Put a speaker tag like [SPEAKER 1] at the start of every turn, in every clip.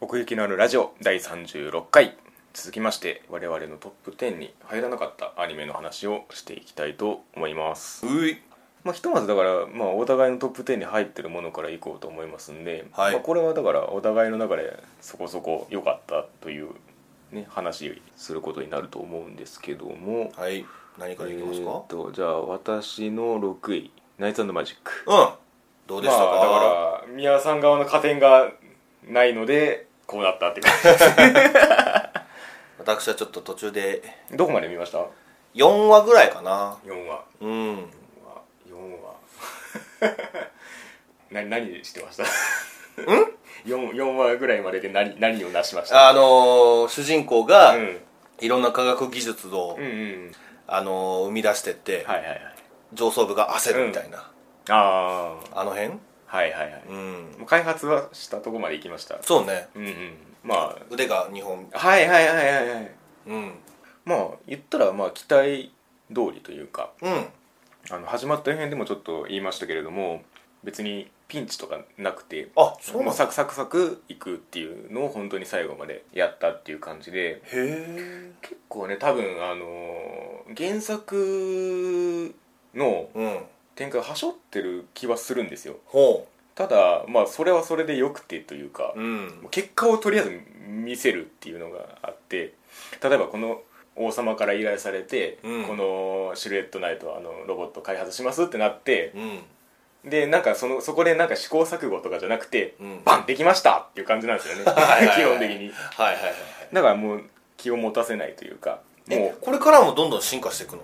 [SPEAKER 1] 奥行きのあるラジオ第36回続きまして我々のトップ10に入らなかったアニメの話をしていきたいと思います
[SPEAKER 2] うい
[SPEAKER 1] まあ、ひとまずだから、まあ、お互いのトップ10に入ってるものからいこうと思いますんで、
[SPEAKER 2] はい
[SPEAKER 1] まあ、これはだからお互いの中でそこそこ良かったという、ね、話することになると思うんですけども
[SPEAKER 2] はい何からいきます
[SPEAKER 1] えー
[SPEAKER 2] か
[SPEAKER 1] っ、とじゃあ私の6位ナイツマジック
[SPEAKER 2] うんどうでしたか、
[SPEAKER 1] まあ、だから宮さん側の加点がないのでこうなったって感じ
[SPEAKER 2] 私はちょっと途中で
[SPEAKER 1] どこまで見ました
[SPEAKER 2] 4話ぐらいかな
[SPEAKER 1] 4話
[SPEAKER 2] うん
[SPEAKER 1] 4話 な何して ましたん 4, 4話ぐらいまでで何何をなしました
[SPEAKER 2] あのー主人公が
[SPEAKER 1] うん
[SPEAKER 2] いろんな科学技術を、
[SPEAKER 1] うんうん
[SPEAKER 2] あのー生み出してって、
[SPEAKER 1] はいはいはい
[SPEAKER 2] 上層部が焦るみたいな、
[SPEAKER 1] あ
[SPEAKER 2] あの辺
[SPEAKER 1] あはいはいはい、
[SPEAKER 2] うん
[SPEAKER 1] もう開発はしたとこまで行きました
[SPEAKER 2] そうね
[SPEAKER 1] うんうんま
[SPEAKER 2] 腕が2本
[SPEAKER 1] あはいはいはいはいはい
[SPEAKER 2] うん
[SPEAKER 1] まあ言ったらまあ期待通りというか
[SPEAKER 2] うん
[SPEAKER 1] あの始まった辺でもちょっと言いましたけれども別にピンチとかなくて
[SPEAKER 2] あそう
[SPEAKER 1] も
[SPEAKER 2] なん
[SPEAKER 1] う
[SPEAKER 2] だ
[SPEAKER 1] サクサクサクいくっていうのを本当に最後までやったっていう感じで
[SPEAKER 2] へえ
[SPEAKER 1] 結構ね多分あのー原作の
[SPEAKER 2] うん
[SPEAKER 1] 展開をはしょってる気はするんですよ
[SPEAKER 2] ほ
[SPEAKER 1] ただまあそれはそれでよくてというか
[SPEAKER 2] ううん
[SPEAKER 1] 結果をとりあえず見せるっていうのがあって例えばこの王様から依頼されて、
[SPEAKER 2] うん
[SPEAKER 1] このシルエットナイトあのロボット開発しますってなって
[SPEAKER 2] うん
[SPEAKER 1] でなんかそのそこでなんか試行錯誤とかじゃなくて、
[SPEAKER 2] うん
[SPEAKER 1] バンできましたっていう感じなんですよね
[SPEAKER 2] はいはい
[SPEAKER 1] 基本的に
[SPEAKER 2] はいはいはいはい
[SPEAKER 1] だからもう気を持たせないというかも
[SPEAKER 2] え
[SPEAKER 1] う
[SPEAKER 2] これからもどんどん進化していくの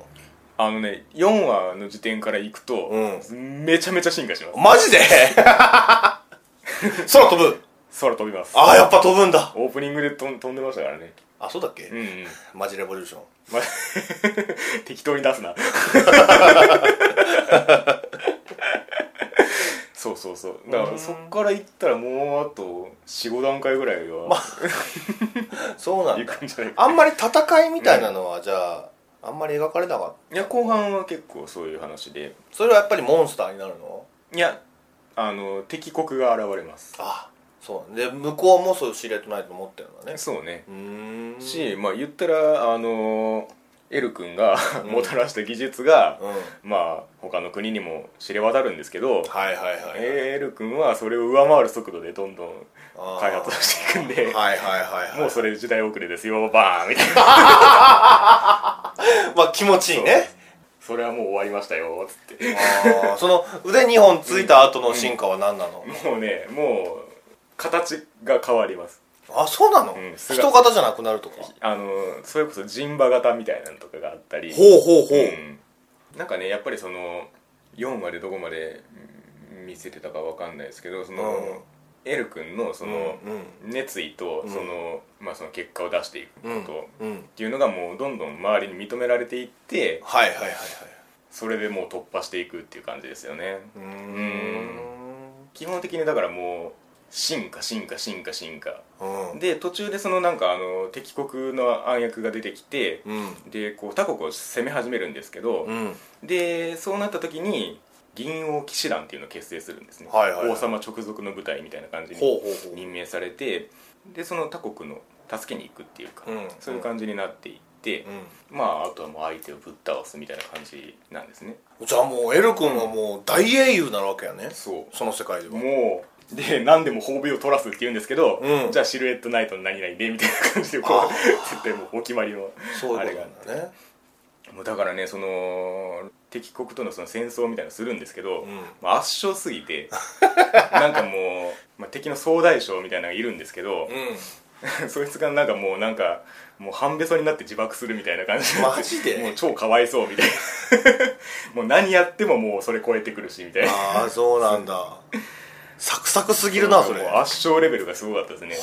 [SPEAKER 1] あのね4話の時点からいくと、
[SPEAKER 2] う
[SPEAKER 1] めちゃめちゃ進化します
[SPEAKER 2] マジで 空飛ぶ
[SPEAKER 1] 空飛びます
[SPEAKER 2] ああやっぱ飛ぶんだ
[SPEAKER 1] オープニングでとん飛んでましたからね
[SPEAKER 2] あそうだっけ、
[SPEAKER 1] うん、うん
[SPEAKER 2] マジレボリューション
[SPEAKER 1] ま 適当に出す なそうそうそうだからそっから行ったらもうあと45段階ぐらいは
[SPEAKER 2] そうなん
[SPEAKER 1] 行
[SPEAKER 2] だ
[SPEAKER 1] くんじゃないか、
[SPEAKER 2] あんまり戦いみたいなのは、じゃああんまり描かれなかった
[SPEAKER 1] いや後半は結構そういう話で
[SPEAKER 2] それはやっぱりモンスターになるの
[SPEAKER 1] いやあの敵国が現れます
[SPEAKER 2] あそうなんだで向こうもそういうシルエットナイト持ってるんだね
[SPEAKER 1] そうね
[SPEAKER 2] うーん
[SPEAKER 1] し、まあ言ったらあのエル君がもたらした技術が、
[SPEAKER 2] うんはい
[SPEAKER 1] まあ他の国にも知れ渡るんですけど、
[SPEAKER 2] はいはい、
[SPEAKER 1] エル君はそれを上回る速度でどんどん
[SPEAKER 2] あー
[SPEAKER 1] 開発をしていくんで、
[SPEAKER 2] はいはいはいはい
[SPEAKER 1] もうそれ時代遅れですよバーンみたいな
[SPEAKER 2] まあ気持ちいいね
[SPEAKER 1] それはもう終わりましたよつって
[SPEAKER 2] あーその腕2本ついた後の進化は何なの、
[SPEAKER 1] もうねもう形が変わります
[SPEAKER 2] あそうなの、
[SPEAKER 1] うん
[SPEAKER 2] 人型じゃなくなるとか
[SPEAKER 1] あのそれこそ陣馬型みたいなのとかがあったり
[SPEAKER 2] ほうほうほう、
[SPEAKER 1] うんなんかねやっぱりその4までどこまでうん見せてたかわかんないですけどその、エル君のその、熱意とその,、まあ、その結果を出していくこと、
[SPEAKER 2] うんうん
[SPEAKER 1] っていうのがもうどんどん周りに認められていって
[SPEAKER 2] はいはいはいはい
[SPEAKER 1] それでもう突破していくっていう感じですよね
[SPEAKER 2] うー
[SPEAKER 1] 基本的にだからもう進化進化進化進化
[SPEAKER 2] うん
[SPEAKER 1] で途中でそのなんかあの敵国の暗躍が出てきて
[SPEAKER 2] うん
[SPEAKER 1] でこう他国を攻め始めるんですけど、
[SPEAKER 2] うん
[SPEAKER 1] でそうなった時に銀王騎士団っていうのを結成するんですね、
[SPEAKER 2] はいはいはい
[SPEAKER 1] 王様直属の部隊みたいな感じ
[SPEAKER 2] ほ
[SPEAKER 1] に
[SPEAKER 2] うほうほう
[SPEAKER 1] 任命されてでその他国の助けに行くっていうか、
[SPEAKER 2] うん
[SPEAKER 1] そういう感じになっていって、
[SPEAKER 2] う
[SPEAKER 1] まああとはもう相手をぶっ倒すみたいな感じなんですね
[SPEAKER 2] んじゃあもうエル君はもう大英雄なわけやね
[SPEAKER 1] そう
[SPEAKER 2] その世界では
[SPEAKER 1] もうで何でも褒美を取らすって言うんですけど、
[SPEAKER 2] うん
[SPEAKER 1] じゃあシルエットナイトの何々でみたいな感じでこ
[SPEAKER 2] あ
[SPEAKER 1] う絶対もうお決まりの
[SPEAKER 2] そう
[SPEAKER 1] あ
[SPEAKER 2] いう
[SPEAKER 1] れ
[SPEAKER 2] こ
[SPEAKER 1] が
[SPEAKER 2] となんだね
[SPEAKER 1] もうだからねその敵国とのその戦争みたいなのするんですけど、
[SPEAKER 2] うん
[SPEAKER 1] まあ圧勝すぎ てなんかもう、まあ、敵の総大将みたいなのがいるんですけど、
[SPEAKER 2] う
[SPEAKER 1] そいつがなんかもうなんかもう半べそになって自爆するみたいな感じになって
[SPEAKER 2] マジで
[SPEAKER 1] もう超かわいそうみた いなもう何やってももうそれ超えてくるしみたい
[SPEAKER 2] ん
[SPEAKER 1] な
[SPEAKER 2] ああそうなんだサクサクすぎるなそれ
[SPEAKER 1] もう圧勝レベルがすごかったですね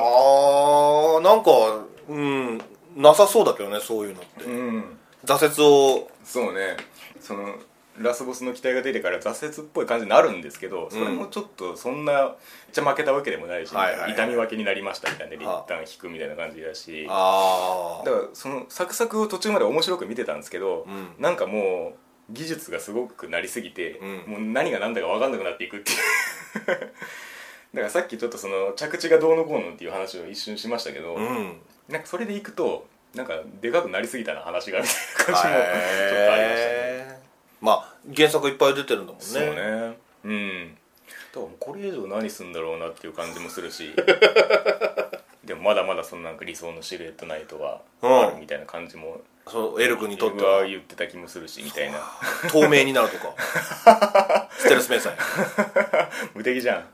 [SPEAKER 2] はあなんかうんなさそうだけどねそういうのって
[SPEAKER 1] うん、うん
[SPEAKER 2] 挫折を
[SPEAKER 1] そうねそのラスボスの期待が出てから挫折っぽい感じになるんですけどそれもちょっとそんなめっちゃ負けたわけでもないし、
[SPEAKER 2] はいはいはい
[SPEAKER 1] 痛み分けになりましたみたいなで
[SPEAKER 2] はあ
[SPEAKER 1] 一旦引くみたいな感じだしだか
[SPEAKER 2] ああ
[SPEAKER 1] らそのサクサクを途中まで面白く見てたんですけど、
[SPEAKER 2] うん
[SPEAKER 1] なんかもう技術がすごくなりすぎて、
[SPEAKER 2] うん
[SPEAKER 1] もう何が何だか分かんなくなっていくっていう だからさっきちょっとその着地がどうのこうのっていう話を一瞬しましたけど、
[SPEAKER 2] うん
[SPEAKER 1] なんかそれでいくとなんかでかくなりすぎたな話がみたいな感じもちょっとありましたね
[SPEAKER 2] へえまあ原作いっぱい出てるんだもんね
[SPEAKER 1] そうねうんだからもうこれ以上何すんだろうなっていう感じもする しでもまだまだそのなんか理想のシルエットナイトはあるみたいな感じも、
[SPEAKER 2] そのエル君にとって
[SPEAKER 1] は
[SPEAKER 2] は
[SPEAKER 1] 言ってた気もするしみたいな
[SPEAKER 2] 透明になるとかステルス迷彩、
[SPEAKER 1] 無敵じゃん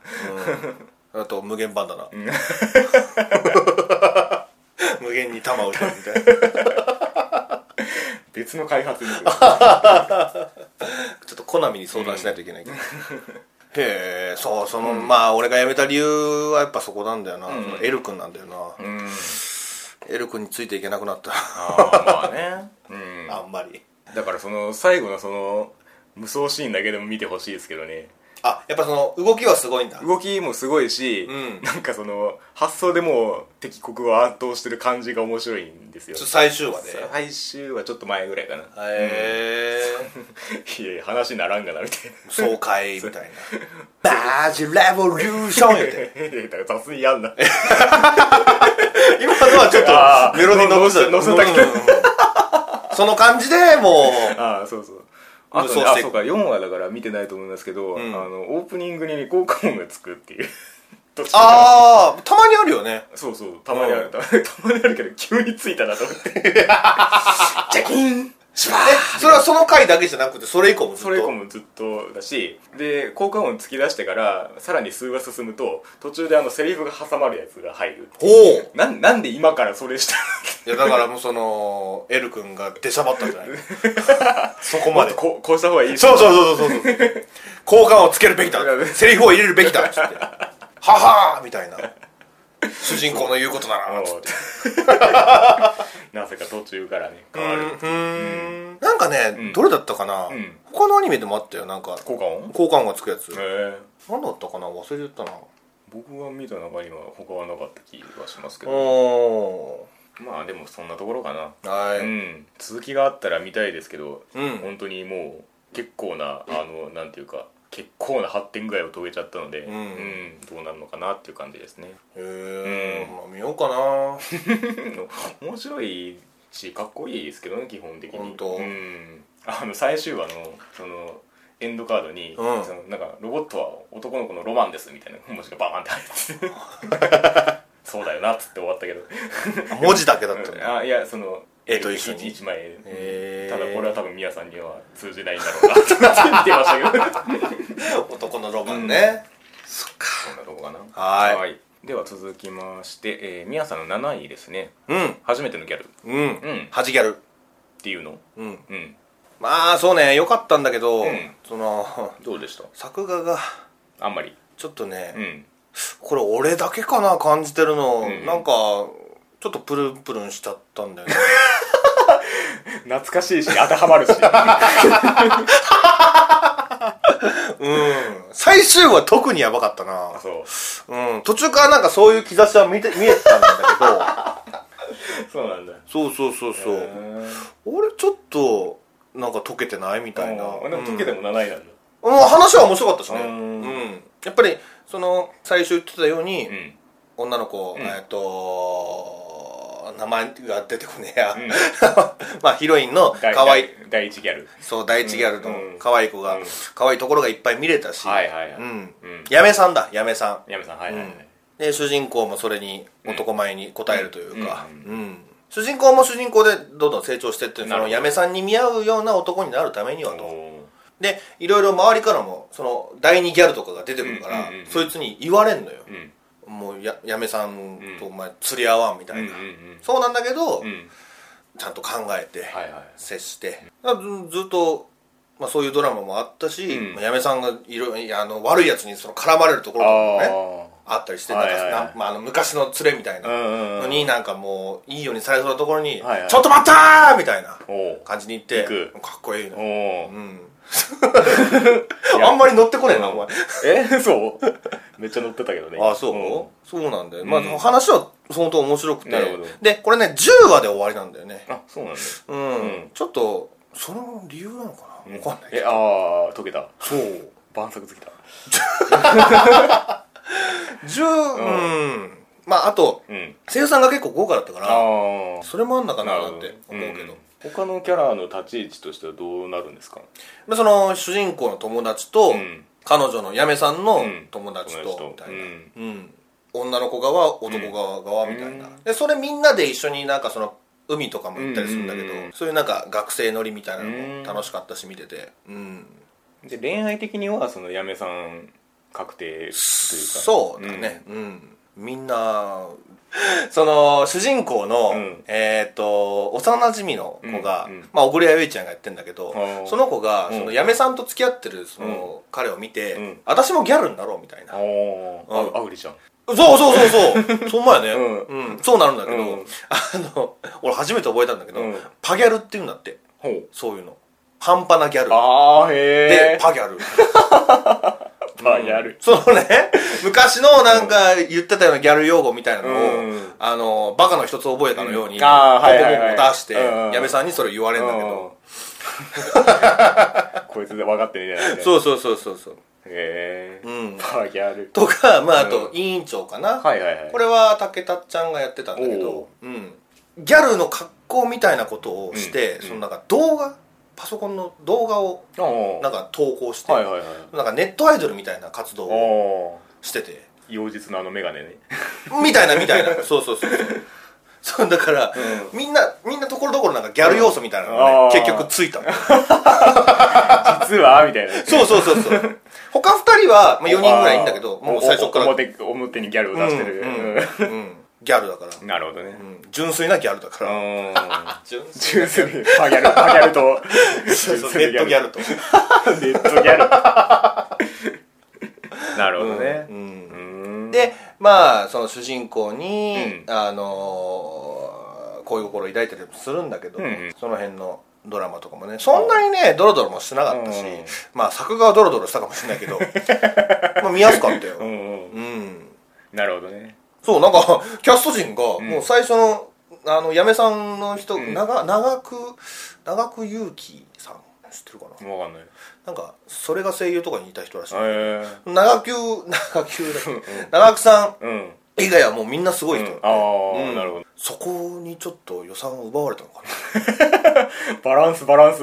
[SPEAKER 2] うん、あと無限バンダナ 無限に弾を撃てるみたいな
[SPEAKER 1] 別の開発 力
[SPEAKER 2] ちょっとコナミに相談しないといけな いけど、へえそうその、まあ俺が辞めた理由はやっぱそこなんだよな、
[SPEAKER 1] ん
[SPEAKER 2] そのエル君なんだよな、
[SPEAKER 1] うん
[SPEAKER 2] エル君についていけなくなった、
[SPEAKER 1] ああまあね、うん、
[SPEAKER 2] あんまり
[SPEAKER 1] だからその最後のその無双シーンだけでも見てほしいですけどね
[SPEAKER 2] あやっぱその動きはすごいんだ
[SPEAKER 1] 動きもすごいし、
[SPEAKER 2] うん
[SPEAKER 1] なんかその発想でもう敵国を圧倒してる感じが面白いんですよ
[SPEAKER 2] 最終話で
[SPEAKER 1] 最終はちょっと前ぐらいかな
[SPEAKER 2] へえ
[SPEAKER 1] いやいや話にならんがなみ たい
[SPEAKER 2] 爽快みたいなバージレボリューションやって
[SPEAKER 1] ないやだから雑にやんな
[SPEAKER 2] 今のはちょっ
[SPEAKER 1] あ
[SPEAKER 2] と
[SPEAKER 1] ー
[SPEAKER 2] メロディー乗せ
[SPEAKER 1] 乗せたけど
[SPEAKER 2] どその感じでもう
[SPEAKER 1] ああそうそうあと
[SPEAKER 2] 無
[SPEAKER 1] ね
[SPEAKER 2] 双し
[SPEAKER 1] あ
[SPEAKER 2] ていく
[SPEAKER 1] そうか4話だから見てないと思いますけど、
[SPEAKER 2] ん
[SPEAKER 1] あのオープニングに効果音がつくっていう どっちか
[SPEAKER 2] ああたまにあるよね
[SPEAKER 1] そうそうたまにあ る、たまにあるけど急についたなと思って ジャキーン
[SPEAKER 2] えそれはその回だけじゃなくてそれ以降もずっと
[SPEAKER 1] それ以降もずっとだしで効果音突き出してからさらに数話進むと途中であのセリフが挟まるやつが入る
[SPEAKER 2] おお
[SPEAKER 1] なんなんで今からそれ した
[SPEAKER 2] いやだからもうそのエル君が出しゃばったんじゃないそこ
[SPEAKER 1] も
[SPEAKER 2] ま
[SPEAKER 1] っ
[SPEAKER 2] で
[SPEAKER 1] とこうこうした方がいい
[SPEAKER 2] そうそうそうそうそうそう効果をつけるべきだセリフを入れるべきだっつってははーみたいな主人公の言うことならつって
[SPEAKER 1] なぜか途中からね変わる
[SPEAKER 2] うんなんかね、どれだったかな、
[SPEAKER 1] ん
[SPEAKER 2] 他のアニメでもあったよなんか
[SPEAKER 1] 効果音
[SPEAKER 2] 効果音がつくやつ、
[SPEAKER 1] へえ
[SPEAKER 2] 何だったかな忘れてたな
[SPEAKER 1] 僕が見た中には他はなかった気がしますけど
[SPEAKER 2] お
[SPEAKER 1] まあでもそんなところかな
[SPEAKER 2] ーはい、
[SPEAKER 1] うん続きがあったら見たいですけど、
[SPEAKER 2] うん
[SPEAKER 1] 本当にもう結構なあのなんていうか結構な発展ぐらいを遂げちゃったので、う
[SPEAKER 2] ん
[SPEAKER 1] んどうなるのかなっていう感じですね
[SPEAKER 2] へえ、
[SPEAKER 1] うん
[SPEAKER 2] まあ見ようかな
[SPEAKER 1] 面白いしかっこいいですけどね基本的に
[SPEAKER 2] 本当
[SPEAKER 1] うんあの最終話のそのエンドカードに、
[SPEAKER 2] うん
[SPEAKER 1] そのなんかロボットは男の子のロマンですみたいな文字がバーンって入ってて そうだよなっつって終わったけど
[SPEAKER 2] 文字だけだったね
[SPEAKER 1] あいやその
[SPEAKER 2] 絵と一緒に
[SPEAKER 1] 一枚絵
[SPEAKER 2] へー
[SPEAKER 1] ただこれは多分宮さんには通じないんだろうなって言ってましたけど
[SPEAKER 2] 男のロマンね、そっか
[SPEAKER 1] そんなとこかな
[SPEAKER 2] はい
[SPEAKER 1] では続きまして、えー、宮さんの7位ですね
[SPEAKER 2] うん
[SPEAKER 1] 初めてのギャルっ
[SPEAKER 2] うん、
[SPEAKER 1] ん
[SPEAKER 2] 恥ギャル
[SPEAKER 1] ていうの
[SPEAKER 2] うん
[SPEAKER 1] うん
[SPEAKER 2] まあそうね良かったんだけど、
[SPEAKER 1] うん
[SPEAKER 2] その
[SPEAKER 1] どうでした
[SPEAKER 2] 作画が
[SPEAKER 1] あんまり
[SPEAKER 2] ちょっとね、
[SPEAKER 1] うん
[SPEAKER 2] これ俺だけかな感じてるの、
[SPEAKER 1] うん
[SPEAKER 2] なんかちょっとプルンプルンしちゃったんだよね
[SPEAKER 1] 懐かしいし当てはまるし
[SPEAKER 2] うん最終話特にやばかった
[SPEAKER 1] あ
[SPEAKER 2] な、
[SPEAKER 1] そう
[SPEAKER 2] うん、途中からなんかそういう兆しは見て見えてたんだ
[SPEAKER 1] そうなんだ
[SPEAKER 2] けどそうそうそうそう、
[SPEAKER 1] へー
[SPEAKER 2] 俺ちょっとなんか解けてないみたいな
[SPEAKER 1] あでも解けても7位なんだ
[SPEAKER 2] うん話は面白かったですね
[SPEAKER 1] う
[SPEAKER 2] うんん、やっぱりその最初言ってたように、
[SPEAKER 1] うん
[SPEAKER 2] 女の子、
[SPEAKER 1] ん
[SPEAKER 2] えっと名前が出てこねえや、
[SPEAKER 1] う
[SPEAKER 2] まあヒロインの
[SPEAKER 1] 第
[SPEAKER 2] 可愛い
[SPEAKER 1] 第一ギャル
[SPEAKER 2] そう第一ギャル
[SPEAKER 1] うんう
[SPEAKER 2] の
[SPEAKER 1] ん
[SPEAKER 2] 可愛い子が、
[SPEAKER 1] うん
[SPEAKER 2] 可愛いところがいっぱい見れたし、
[SPEAKER 1] はいはいはい
[SPEAKER 2] う
[SPEAKER 1] う
[SPEAKER 2] ん
[SPEAKER 1] ん
[SPEAKER 2] やめさんだやめさ
[SPEAKER 1] やめさんはい
[SPEAKER 2] ん、
[SPEAKER 1] は
[SPEAKER 2] う
[SPEAKER 1] い
[SPEAKER 2] ん
[SPEAKER 1] はい
[SPEAKER 2] で主人公もそれに男前に応えるというか、
[SPEAKER 1] うん
[SPEAKER 2] うん主人公も主人公でどんどん成長してってそ
[SPEAKER 1] なる
[SPEAKER 2] の
[SPEAKER 1] ほど
[SPEAKER 2] やめさんに見合うような男になるためにはと、
[SPEAKER 1] おー
[SPEAKER 2] でいろいろ周りからもその第二ギャルとかが出てくるか
[SPEAKER 1] う
[SPEAKER 2] ら、
[SPEAKER 1] んうんうんうん
[SPEAKER 2] そいつに言われんのよ
[SPEAKER 1] う、ん
[SPEAKER 2] もうややめさんとお前釣り合わんみた
[SPEAKER 1] う
[SPEAKER 2] い
[SPEAKER 1] ん
[SPEAKER 2] な、
[SPEAKER 1] うん
[SPEAKER 2] そうなんだけど、
[SPEAKER 1] うんうん
[SPEAKER 2] ちゃんと考えて、
[SPEAKER 1] はいはい
[SPEAKER 2] 接して、だからずずっと、まあ、そういうドラマもあったし、
[SPEAKER 1] うん
[SPEAKER 2] まあ、やめさんがいろいろあの悪いやつにその絡まれるところとかもね
[SPEAKER 1] あ
[SPEAKER 2] あったりして、
[SPEAKER 1] はいはい
[SPEAKER 2] なんかなんまあ、あの昔の連れみたい
[SPEAKER 1] あうん
[SPEAKER 2] な
[SPEAKER 1] うんう
[SPEAKER 2] の
[SPEAKER 1] ん
[SPEAKER 2] に、なんかもういいようにされそうなところに「
[SPEAKER 1] はいはい
[SPEAKER 2] ちょっと待ったー!」みたいな
[SPEAKER 1] おう
[SPEAKER 2] 感じに行って
[SPEAKER 1] 行く
[SPEAKER 2] かっこいいの、
[SPEAKER 1] おう
[SPEAKER 2] うん、あんまり乗ってこねえなお前
[SPEAKER 1] え そう めっちゃ乗ってたけどね
[SPEAKER 2] あそう、
[SPEAKER 1] ん
[SPEAKER 2] そうなんだよ、
[SPEAKER 1] ん
[SPEAKER 2] まあ話は本当面白くて
[SPEAKER 1] なるほど
[SPEAKER 2] でこれね10話で終わりなんだよね
[SPEAKER 1] あそうなんだ
[SPEAKER 2] うん、
[SPEAKER 1] うん
[SPEAKER 2] ちょっとその理由なのかな分かんないけ
[SPEAKER 1] え
[SPEAKER 2] ど
[SPEAKER 1] ああ溶けた
[SPEAKER 2] そう
[SPEAKER 1] 晩作尽きた
[SPEAKER 2] 10うんまああと
[SPEAKER 1] うん
[SPEAKER 2] 声優さんが結構豪華だったか
[SPEAKER 1] あ
[SPEAKER 2] ら
[SPEAKER 1] ー
[SPEAKER 2] それもあんだかな
[SPEAKER 1] なる
[SPEAKER 2] っ
[SPEAKER 1] ほど
[SPEAKER 2] て思うけど、
[SPEAKER 1] うん他のキャラの立ち位置としてはどうなるんですか
[SPEAKER 2] まあ、その主人公の友達と、
[SPEAKER 1] うん
[SPEAKER 2] 彼女の嫁さんの
[SPEAKER 1] うん
[SPEAKER 2] 友達
[SPEAKER 1] 友達
[SPEAKER 2] と
[SPEAKER 1] と
[SPEAKER 2] みたいな、
[SPEAKER 1] うん
[SPEAKER 2] うん女の子側男側側みたいな、
[SPEAKER 1] うん
[SPEAKER 2] でそれみんなで一緒になんかその海とかも行ったりするんだけど、
[SPEAKER 1] うん
[SPEAKER 2] そういうなんか学生乗りみたいなの
[SPEAKER 1] うん
[SPEAKER 2] も楽しかったし見てて、うん、
[SPEAKER 1] で恋愛的にはその嫁さん確定というか
[SPEAKER 2] そうだね、うんみんな その主人公の、
[SPEAKER 1] うん
[SPEAKER 2] えっ、と幼馴染の子が、
[SPEAKER 1] うんうん
[SPEAKER 2] まあ、小倉唯ちゃんがやってんだけど
[SPEAKER 1] あー
[SPEAKER 2] その子が
[SPEAKER 1] うん
[SPEAKER 2] その嫁さんと付き合ってるその、彼を見て、
[SPEAKER 1] うん
[SPEAKER 2] 私もギャルになろうみたいな
[SPEAKER 1] あ、あ
[SPEAKER 2] うん
[SPEAKER 1] あうりちゃん
[SPEAKER 2] そうそうそう そうそんまやね、う
[SPEAKER 1] うん
[SPEAKER 2] そうなるんだけど、
[SPEAKER 1] うん
[SPEAKER 2] あの俺初めて覚えたんだけど、
[SPEAKER 1] うん
[SPEAKER 2] パギャルっていうんだって
[SPEAKER 1] ほう
[SPEAKER 2] そういうの半端なギャル
[SPEAKER 1] ああへ
[SPEAKER 2] で
[SPEAKER 1] え
[SPEAKER 2] パギャル
[SPEAKER 1] パやる
[SPEAKER 2] そのね昔のなんか言ってたようなギャル用語みたいなのを、
[SPEAKER 1] うん
[SPEAKER 2] あのバカの一つ覚えたのように、
[SPEAKER 1] うんあーはいはいはい
[SPEAKER 2] ポコポコ出して、
[SPEAKER 1] うん
[SPEAKER 2] 矢部さんにそれ言われるんだけ ど、
[SPEAKER 1] うんこいつで分かってねえじゃない
[SPEAKER 2] そうそうそうそうそう
[SPEAKER 1] へえ
[SPEAKER 2] うん
[SPEAKER 1] パギャル
[SPEAKER 2] とかまああと、
[SPEAKER 1] う
[SPEAKER 2] 委員長かな、
[SPEAKER 1] はいはいはい
[SPEAKER 2] これは竹田ちゃんがやってたんだけど
[SPEAKER 1] お、
[SPEAKER 2] うん、ギャルの格好みたいなことをして、
[SPEAKER 1] うん
[SPEAKER 2] そのなんか動画パソコンの動画を
[SPEAKER 1] おー
[SPEAKER 2] なんか投稿して、
[SPEAKER 1] はいはいはい
[SPEAKER 2] なんかネットアイドルみたいな活動を
[SPEAKER 1] おー
[SPEAKER 2] してて
[SPEAKER 1] 妖術のあの眼鏡ね
[SPEAKER 2] みたいなみたいなそうそうそうそうそうだから、みんなみんなところどころなんかギャル要素みたいなのが
[SPEAKER 1] あ
[SPEAKER 2] ね
[SPEAKER 1] ー
[SPEAKER 2] 結局ついたの
[SPEAKER 1] 実はみたいな
[SPEAKER 2] そうそうそ うそう他2人は、まあ、4人ぐらいいいんだけど
[SPEAKER 1] あー
[SPEAKER 2] もう最初から
[SPEAKER 1] おお表表にギャルを出してる
[SPEAKER 2] うんうんうんギャルだから、
[SPEAKER 1] うんなるほどね
[SPEAKER 2] うん純粋なギャルだから、
[SPEAKER 1] あ
[SPEAKER 2] 純
[SPEAKER 1] ージュースにパギャルパギャルと
[SPEAKER 2] そうそうネットギ ャルと
[SPEAKER 1] ネットギャルなるほどね
[SPEAKER 2] うん
[SPEAKER 1] うーん
[SPEAKER 2] でまあその主人公に、
[SPEAKER 1] う
[SPEAKER 2] あのー恋心を抱いたりもするんだけど、
[SPEAKER 1] うんうん
[SPEAKER 2] その辺のドラマとかもねそんなにねドロドロもしてなかったし、
[SPEAKER 1] うん
[SPEAKER 2] まあ作画はドロドロしたかもしれない けどまあ見やすかった
[SPEAKER 1] う
[SPEAKER 2] よ
[SPEAKER 1] んう
[SPEAKER 2] うんん
[SPEAKER 1] なるほどね
[SPEAKER 2] そうなんかキャスト陣が
[SPEAKER 1] ん
[SPEAKER 2] もう最初の、あの矢部さんの人、
[SPEAKER 1] ん
[SPEAKER 2] 長長く長く勇気さん知ってるか
[SPEAKER 1] 分
[SPEAKER 2] な
[SPEAKER 1] かんないへ
[SPEAKER 2] なんかそれが声優とかにいた人らしい、
[SPEAKER 1] え
[SPEAKER 2] 長久長久だっけ長久さん
[SPEAKER 1] うん
[SPEAKER 2] 以外はもうみんなすごい人、
[SPEAKER 1] ああ
[SPEAKER 2] うん
[SPEAKER 1] なるほど
[SPEAKER 2] そこにちょっと予算を奪われたのか
[SPEAKER 1] バランスバランス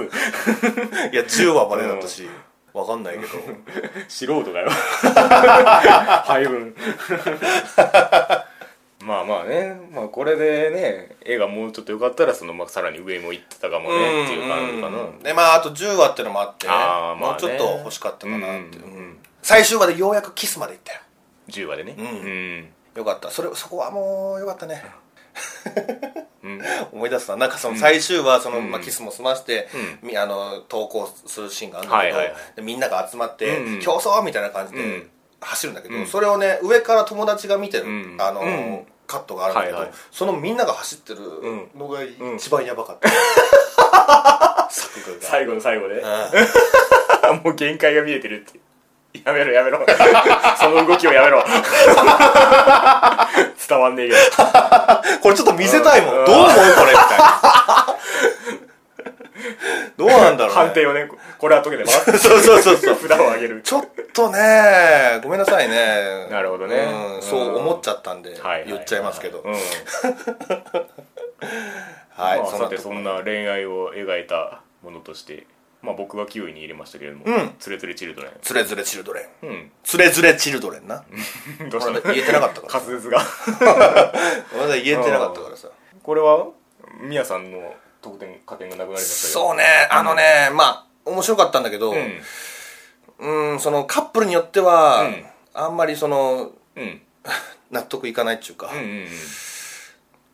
[SPEAKER 2] な いや10話までだったし、わかんないけど
[SPEAKER 1] 素人だよ配分まあまあね、まあ、これでね絵がもうちょっと良かったらその、まあ、さらに上も行ってたかもねっていう感じかな
[SPEAKER 2] うんでまああと10話ってのもあって
[SPEAKER 1] あーまあね
[SPEAKER 2] もうちょっと欲しかったかなって、
[SPEAKER 1] うんうんうん
[SPEAKER 2] うん最終話でようやくキスまでいったよ
[SPEAKER 1] 10話でね
[SPEAKER 2] よかったそれそこはもうよかったね
[SPEAKER 1] うん、うん
[SPEAKER 2] 思い出すななんかその最終話その、まあ、キスも済まして、
[SPEAKER 1] う
[SPEAKER 2] みあの投稿するシーンがあるんだけど、
[SPEAKER 1] はいはいはい
[SPEAKER 2] でみんなが集まって、
[SPEAKER 1] うんうん
[SPEAKER 2] 競争みたいな感じで
[SPEAKER 1] うん
[SPEAKER 2] 走るんだけど、
[SPEAKER 1] うん
[SPEAKER 2] それをね上から友達が見てる、
[SPEAKER 1] うん
[SPEAKER 2] あの、
[SPEAKER 1] うん
[SPEAKER 2] カットがあるんだけど、
[SPEAKER 1] はいはい
[SPEAKER 2] そのみんなが走ってるのが一番やばかった、 作画が
[SPEAKER 1] 最後の最後で
[SPEAKER 2] うん
[SPEAKER 1] もう限界が見えてるってやめろやめろ その動きをやめろ 伝わんねえけど
[SPEAKER 2] これちょっと見せたいもん
[SPEAKER 1] うん
[SPEAKER 2] どう思うこれみたい などうなんだろう、ね、
[SPEAKER 1] 判定をねここれは解けてます
[SPEAKER 2] そうそうそうそう
[SPEAKER 1] 札を上げる
[SPEAKER 2] ちょっとねごめんなさいね
[SPEAKER 1] なるほどね
[SPEAKER 2] うん
[SPEAKER 1] うん
[SPEAKER 2] そう思っちゃったんで
[SPEAKER 1] はいはい
[SPEAKER 2] 言っちゃいますけど
[SPEAKER 1] うん
[SPEAKER 2] はい、
[SPEAKER 1] まあ、
[SPEAKER 2] そん
[SPEAKER 1] さ
[SPEAKER 2] な
[SPEAKER 1] て
[SPEAKER 2] とこ
[SPEAKER 1] そんな恋愛を描いたものとして、まあ、僕が9位に入れましたけれども「
[SPEAKER 2] ん
[SPEAKER 1] つれつれチルドレン
[SPEAKER 2] つれづれチルドレン」
[SPEAKER 1] うん
[SPEAKER 2] つれづれチルドレンな
[SPEAKER 1] どう
[SPEAKER 2] ま
[SPEAKER 1] し
[SPEAKER 2] だ
[SPEAKER 1] た
[SPEAKER 2] 言えてなかった から
[SPEAKER 1] 滑舌が
[SPEAKER 2] まだ言えてなかったからさ
[SPEAKER 1] これはみやさんの得点加点がなくなりました
[SPEAKER 2] そう
[SPEAKER 1] ね
[SPEAKER 2] ねあのね、まあ面白かったんだけど
[SPEAKER 1] うん
[SPEAKER 2] うんそのカップルによっては、
[SPEAKER 1] うん
[SPEAKER 2] あんまりその
[SPEAKER 1] うん
[SPEAKER 2] 納得いかないっていうか、
[SPEAKER 1] うんうん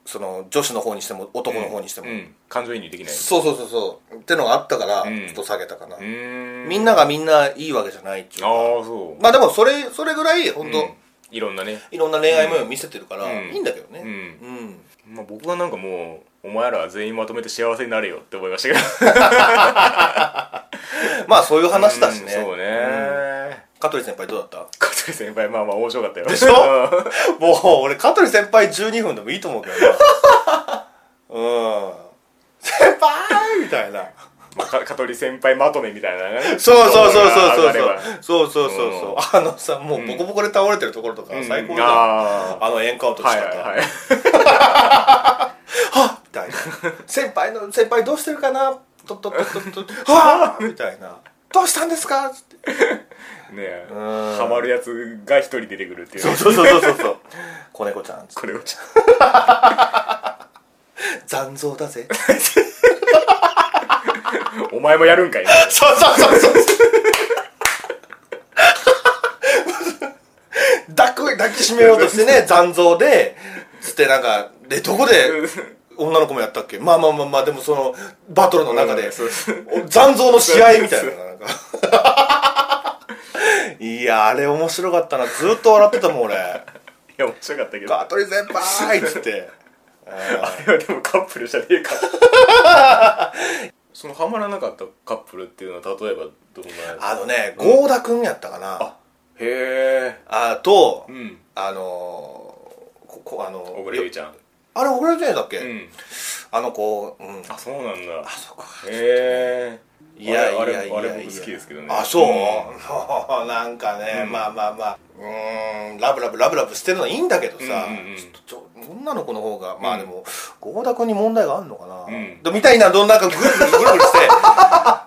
[SPEAKER 2] その女子の方にしても男の方にしても、
[SPEAKER 1] うんうん感情移入できない
[SPEAKER 2] そうそうそうそうってのがあったから、
[SPEAKER 1] ん
[SPEAKER 2] ちょっと下げたかな、
[SPEAKER 1] うーん
[SPEAKER 2] みんながみんないいわけじゃないっていう
[SPEAKER 1] あ
[SPEAKER 2] か
[SPEAKER 1] あそう
[SPEAKER 2] まあでもそれそれぐらい本当、
[SPEAKER 1] うんいろんなね、
[SPEAKER 2] いろんな恋愛模様見せてるから、
[SPEAKER 1] うん
[SPEAKER 2] いいんだけどね
[SPEAKER 1] う
[SPEAKER 2] うんん、
[SPEAKER 1] まあ、僕はなんかもうお前らは全員まとめて幸せになれよって思いましたけど
[SPEAKER 2] まあそういう話だしね、
[SPEAKER 1] うんそうね
[SPEAKER 2] 香取先輩どうだった
[SPEAKER 1] 香取先輩まあまあ面白かったよ
[SPEAKER 2] でしょ もう俺香取先輩12分でもいい と思うけどなうん先輩みたいな
[SPEAKER 1] まあ、か香取先輩まとめみたいなのがね
[SPEAKER 2] そうそうそう
[SPEAKER 1] 上がれば
[SPEAKER 2] そうそうそうそうそうそうそうあのさもうボコボコで倒れてるところとか最高だよ
[SPEAKER 1] あ
[SPEAKER 2] あのエンカウント
[SPEAKER 1] ー
[SPEAKER 2] し
[SPEAKER 1] は
[SPEAKER 2] た
[SPEAKER 1] い
[SPEAKER 2] か
[SPEAKER 1] はいはい
[SPEAKER 2] はっみたいな先輩の先輩どうしてるかなとっとっとっとっ とっとはっみたいなどうしたんですかつって
[SPEAKER 1] ねえ
[SPEAKER 2] ん
[SPEAKER 1] ハマるやつが一人出てくるっていう
[SPEAKER 2] そうそうそうそうそうそう 子猫ちゃんつって
[SPEAKER 1] これをち
[SPEAKER 2] 残像だ
[SPEAKER 1] ょ
[SPEAKER 2] ぜ
[SPEAKER 1] っとお前もやるんかい
[SPEAKER 2] そうそうそうそう。抱く抱きしめようとして ね、残像で、つってなんか、で、どこ で女の子もやったっけまあまあまあまあ、でもその、バトルの中で、
[SPEAKER 1] そうそう
[SPEAKER 2] 残像の試合みたいな。 なんかいや、あれ面白かったな。ずっと笑ってたもん、俺。
[SPEAKER 1] いや面白かったけど
[SPEAKER 2] ガトリ先輩っつって。あ
[SPEAKER 1] あれはでもカップルじゃねえか そのハマらなかったカップルっていうのは例えばどんなやつ
[SPEAKER 2] ーあのね、郷田くんやったかな。
[SPEAKER 1] へえ
[SPEAKER 2] あと、
[SPEAKER 1] うん
[SPEAKER 2] あのー、ここあの
[SPEAKER 1] 小倉優衣ちゃん
[SPEAKER 2] あれ小倉優衣ちゃんだっけ、
[SPEAKER 1] うん
[SPEAKER 2] あの子うん
[SPEAKER 1] あそうなんだ
[SPEAKER 2] そこ
[SPEAKER 1] へえ
[SPEAKER 2] いやいや
[SPEAKER 1] あ
[SPEAKER 2] い
[SPEAKER 1] れ
[SPEAKER 2] やいや
[SPEAKER 1] あれ僕好きですけどね
[SPEAKER 2] あそう、
[SPEAKER 1] うん
[SPEAKER 2] なんかね、
[SPEAKER 1] うん
[SPEAKER 2] まあまあまあうーんラブラブラブラブしてるのはいいんだけどさ、
[SPEAKER 1] うんうんうん
[SPEAKER 2] ちょっとちょ女の子の方がまあでも郷田君に問題があるのかな、
[SPEAKER 1] うん
[SPEAKER 2] でみたいなどんなんかぐるぐるぐるぐるして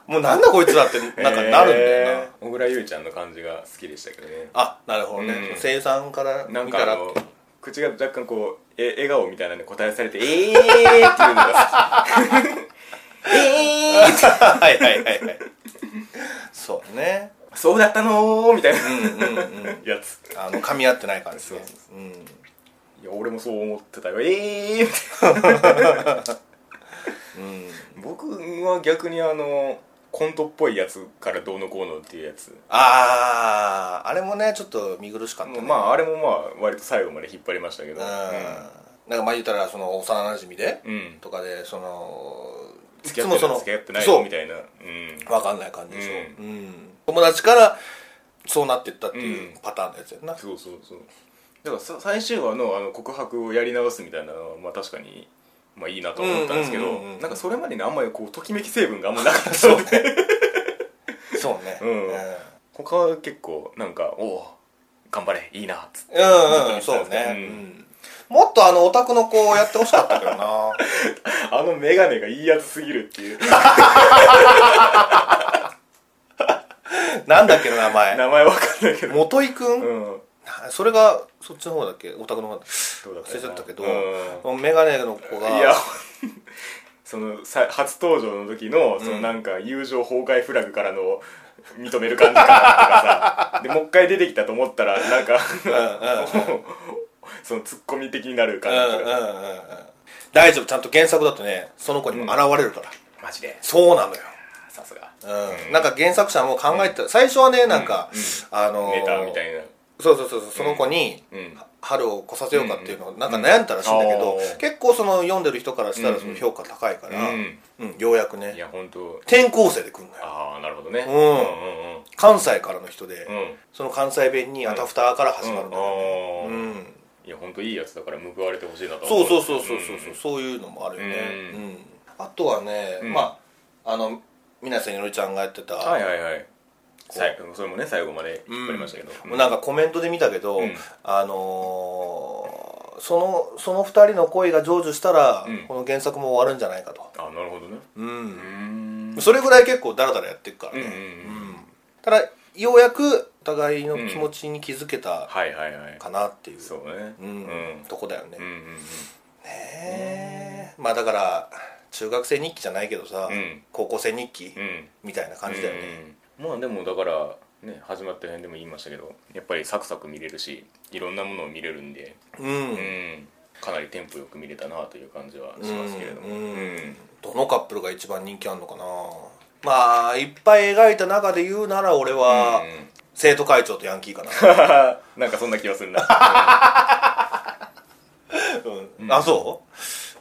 [SPEAKER 2] もうなんだこいつだってなんかなるんだよな、
[SPEAKER 1] へー小倉優衣ちゃんの感じが好きでしたけどね
[SPEAKER 2] あなるほどね、
[SPEAKER 1] うん
[SPEAKER 2] 生産から
[SPEAKER 1] なん
[SPEAKER 2] 見
[SPEAKER 1] か
[SPEAKER 2] た
[SPEAKER 1] あ
[SPEAKER 2] ら
[SPEAKER 1] の口が若干こうえ笑顔みたいなのに答えされて「えー!」っていうのが好きえー
[SPEAKER 2] はいはいはいはいそうね
[SPEAKER 1] そうだったのーみたいな
[SPEAKER 2] うんうんうん
[SPEAKER 1] やつ
[SPEAKER 2] あの噛み合ってない感じね
[SPEAKER 1] そう
[SPEAKER 2] うん
[SPEAKER 1] いや俺もそう思ってたよえーって
[SPEAKER 2] うん
[SPEAKER 1] 僕は逆にあのコントっぽいやつからどうのこうのっていうやつ
[SPEAKER 2] あああれもねちょっと見苦しかった、
[SPEAKER 1] もう
[SPEAKER 2] ね、
[SPEAKER 1] まああれもまあ割と最後まで引っ張りましたけど
[SPEAKER 2] うんなんかまあ言ったらその幼馴染で
[SPEAKER 1] うん、うん、
[SPEAKER 2] とかでそのい
[SPEAKER 1] 付き
[SPEAKER 2] つ
[SPEAKER 1] 合
[SPEAKER 2] も
[SPEAKER 1] って
[SPEAKER 2] そ
[SPEAKER 1] ない
[SPEAKER 2] の
[SPEAKER 1] 付き合ってない
[SPEAKER 2] そ
[SPEAKER 1] よ
[SPEAKER 2] う
[SPEAKER 1] みたいなうん
[SPEAKER 2] 分かんない感じでしょ、
[SPEAKER 1] う
[SPEAKER 2] うん友達からそうなってったっていううんパターンのやつやんな、
[SPEAKER 1] そうそうそうだからさ最終話のあの告白をやり直すみたいなのはまあ確かにまあいいなと思ったんですけ
[SPEAKER 2] うんう
[SPEAKER 1] ど
[SPEAKER 2] んうんうんうん
[SPEAKER 1] なんかそれまでにあんまりこうときめき成分があんまなかった
[SPEAKER 2] そうねそうね
[SPEAKER 1] うん 他は結構なんかおお頑張れいいなっつって
[SPEAKER 2] うんうんそうね、
[SPEAKER 1] うん
[SPEAKER 2] うんもっとあのオタクの子をやってほしかったけどな
[SPEAKER 1] あのメガネがいいやつすぎるっていう
[SPEAKER 2] なんだっけの名前
[SPEAKER 1] 名前わかんないけど
[SPEAKER 2] 元井くん、
[SPEAKER 1] うん
[SPEAKER 2] なそれがそっちの方だっけオタクの方だっけ
[SPEAKER 1] どうだった
[SPEAKER 2] 忘
[SPEAKER 1] か
[SPEAKER 2] れ
[SPEAKER 1] な
[SPEAKER 2] ちゃったけど、
[SPEAKER 1] うん
[SPEAKER 2] メガネの子が
[SPEAKER 1] いや そのさ初登場の時のその
[SPEAKER 2] うん
[SPEAKER 1] なんか友情崩壊フラグからの認める感じかなとかさ でもう一回出てきたと思ったらなんか
[SPEAKER 2] うんうん
[SPEAKER 1] そのツッコミ的になる感
[SPEAKER 2] うん
[SPEAKER 1] じ
[SPEAKER 2] うん
[SPEAKER 1] と
[SPEAKER 2] う
[SPEAKER 1] か
[SPEAKER 2] んうん大丈夫ちゃんと原作だとねその子にも現れるから、
[SPEAKER 1] マジで
[SPEAKER 2] そうなのよ
[SPEAKER 1] さすが
[SPEAKER 2] うんなんか原作者も考えてた、最初はねなんか、あのー
[SPEAKER 1] ネタみたいな
[SPEAKER 2] そうそうそうそうその子に、
[SPEAKER 1] うん
[SPEAKER 2] 春を来させようかっていうのをなんか悩んだらしいんだけど、
[SPEAKER 1] うんうん
[SPEAKER 2] 結構その読んでる人からした
[SPEAKER 1] う
[SPEAKER 2] ら
[SPEAKER 1] ん
[SPEAKER 2] その評価高いから、
[SPEAKER 1] う
[SPEAKER 2] うんんようやくね
[SPEAKER 1] いや本当
[SPEAKER 2] 転校生で来んのよ
[SPEAKER 1] ああなるほどね
[SPEAKER 2] うん
[SPEAKER 1] う
[SPEAKER 2] 関西からの人
[SPEAKER 1] んうん
[SPEAKER 2] で、
[SPEAKER 1] うんうん
[SPEAKER 2] その関西弁にアタフターから始まるんだよね、
[SPEAKER 1] あ
[SPEAKER 2] う
[SPEAKER 1] ー
[SPEAKER 2] ん
[SPEAKER 1] いや本当いいやつだから報われてほしいなと
[SPEAKER 2] そうそう
[SPEAKER 1] う
[SPEAKER 2] そうそうそうそうそういうのもあるよね、
[SPEAKER 1] う
[SPEAKER 2] うんんあとはね、
[SPEAKER 1] うん
[SPEAKER 2] まああの水瀬にのりちゃんがやってた、
[SPEAKER 1] はいはいはい最後それもね最後まで引っ張りましたけど
[SPEAKER 2] もうなんかコメントで見たけど、
[SPEAKER 1] うん
[SPEAKER 2] あのーそのその2人の恋が成就したら、
[SPEAKER 1] うん
[SPEAKER 2] この原作も終わるんじゃないかと、
[SPEAKER 1] あなるほどね
[SPEAKER 2] う
[SPEAKER 1] うんん
[SPEAKER 2] それぐらい結構ダラダラやっていくから
[SPEAKER 1] うん
[SPEAKER 2] ね、
[SPEAKER 1] うんうん
[SPEAKER 2] うんただようやくお互いの気持ちに気づけ
[SPEAKER 1] は
[SPEAKER 2] た
[SPEAKER 1] いはいはい
[SPEAKER 2] かなっていう、
[SPEAKER 1] そうね
[SPEAKER 2] う
[SPEAKER 1] う
[SPEAKER 2] ん
[SPEAKER 1] んうん
[SPEAKER 2] とこだよね、
[SPEAKER 1] うん
[SPEAKER 2] ねえまあだから中学生日記じゃないけどさ、
[SPEAKER 1] うん
[SPEAKER 2] 高校生日記
[SPEAKER 1] うんうん
[SPEAKER 2] みたいな感じだよね、
[SPEAKER 1] うんまあでもだからね始まった辺でも言いましたけどやっぱりサクサク見れるしいろんなものを見れるんで
[SPEAKER 2] うん
[SPEAKER 1] うんかなりテンポよく見れたなという感じはしますけれども
[SPEAKER 2] う
[SPEAKER 1] うんん
[SPEAKER 2] どのカップルが一番人気あんのかなまあいっぱい描いた中で言うなら俺は、
[SPEAKER 1] うん
[SPEAKER 2] 生徒会長とヤンキーかな、
[SPEAKER 1] なんかそんな気がす るな
[SPEAKER 2] うんあそ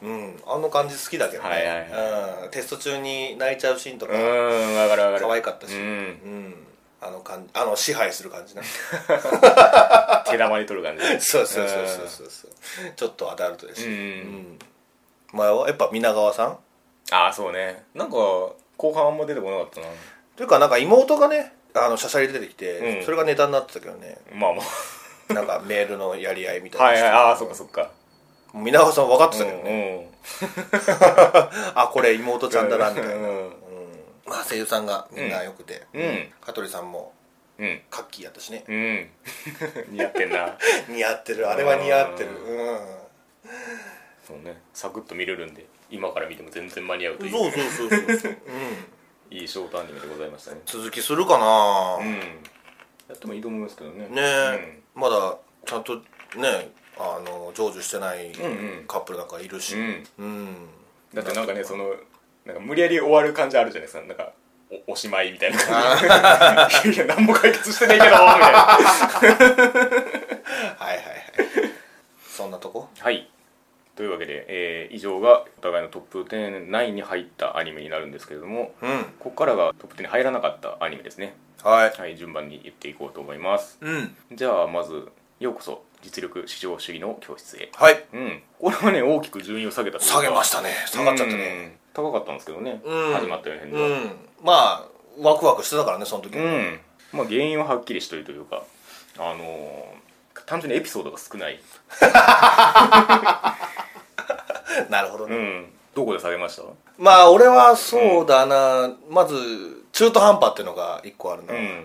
[SPEAKER 2] ううんあの感じ好きだけどね、
[SPEAKER 1] はいはい
[SPEAKER 2] うん、テスト中に泣いちゃうシーンと
[SPEAKER 1] う
[SPEAKER 2] か、
[SPEAKER 1] んわかるわかる
[SPEAKER 2] 可愛かったし
[SPEAKER 1] うん
[SPEAKER 2] うんあの感じあの支配する感じな
[SPEAKER 1] 手玉に取る感じ
[SPEAKER 2] そうそうそうそうそうそうちょっとアダルトです
[SPEAKER 1] う
[SPEAKER 2] し、
[SPEAKER 1] ん
[SPEAKER 2] 前はやっぱ皆川さん
[SPEAKER 1] ああそうねなんか後半あんま出てこなかったな
[SPEAKER 2] というかなんか妹がねあのしゃしゃり出てきて、
[SPEAKER 1] うん
[SPEAKER 2] それがネタになってたけどね
[SPEAKER 1] まあま
[SPEAKER 2] なんかメールのやり合いみたい
[SPEAKER 1] あ
[SPEAKER 2] な
[SPEAKER 1] はいはいああそっかそっか
[SPEAKER 2] 皆川さん分かって
[SPEAKER 1] う
[SPEAKER 2] た
[SPEAKER 1] ん
[SPEAKER 2] けど
[SPEAKER 1] う
[SPEAKER 2] ね、
[SPEAKER 1] ん
[SPEAKER 2] あこれ妹ちゃんだなみたいな、
[SPEAKER 1] う
[SPEAKER 2] うん
[SPEAKER 1] ん
[SPEAKER 2] まあ、声優さんがみんなよくて、
[SPEAKER 1] うん
[SPEAKER 2] 香取さんも
[SPEAKER 1] うん
[SPEAKER 2] カッキーやったしね
[SPEAKER 1] うん似合ってんな
[SPEAKER 2] 似合ってるあれは似合ってる
[SPEAKER 1] う
[SPEAKER 2] うん
[SPEAKER 1] そうねサクッと見れるんで今から見ても全然間に合うという
[SPEAKER 2] そうそうそうそうそう、うん、
[SPEAKER 1] いいショートアニメでございましたね
[SPEAKER 2] 続きするかな、
[SPEAKER 1] うんやってもいいと思いますけどね
[SPEAKER 2] ねえ、まだちゃんとねあの成就してない
[SPEAKER 1] んうん
[SPEAKER 2] カップルなんかいるし
[SPEAKER 1] うん、うん
[SPEAKER 2] うん
[SPEAKER 1] だってなんかねそのなんか無理やり終わる感じあるじゃないですかなんかおおしまいみたいな感じ いや何も解決してないけどみたいな
[SPEAKER 2] はいはい はいそんなとこ
[SPEAKER 1] はいというわけで、えー以上がお互いのトップ10内に入ったアニメになるんですけれども
[SPEAKER 2] うん
[SPEAKER 1] ここからがトップ10に入らなかったアニメですね
[SPEAKER 2] はい
[SPEAKER 1] はい順番に言っていこうと思います
[SPEAKER 2] うん
[SPEAKER 1] じゃあまずようこそ実力至上主義の教室へ
[SPEAKER 2] はい
[SPEAKER 1] うんこれはね大きく順位を下げたというか
[SPEAKER 2] 下げましたね下がっちゃったね
[SPEAKER 1] うん高かったんですけどね、
[SPEAKER 2] うん
[SPEAKER 1] 始まったよ辺
[SPEAKER 2] う
[SPEAKER 1] で
[SPEAKER 2] ん、
[SPEAKER 1] は
[SPEAKER 2] まあワクワクしてたからねその時、
[SPEAKER 1] うん、まあ原因ははっきりしてるというかあのー単純にエピソードが少ない、
[SPEAKER 2] なるほど
[SPEAKER 1] う
[SPEAKER 2] ね、
[SPEAKER 1] ん、どこで下げました
[SPEAKER 2] まあ俺はそうだな、まず中途半端っていうのが一個あるな
[SPEAKER 1] う
[SPEAKER 2] うん、
[SPEAKER 1] ん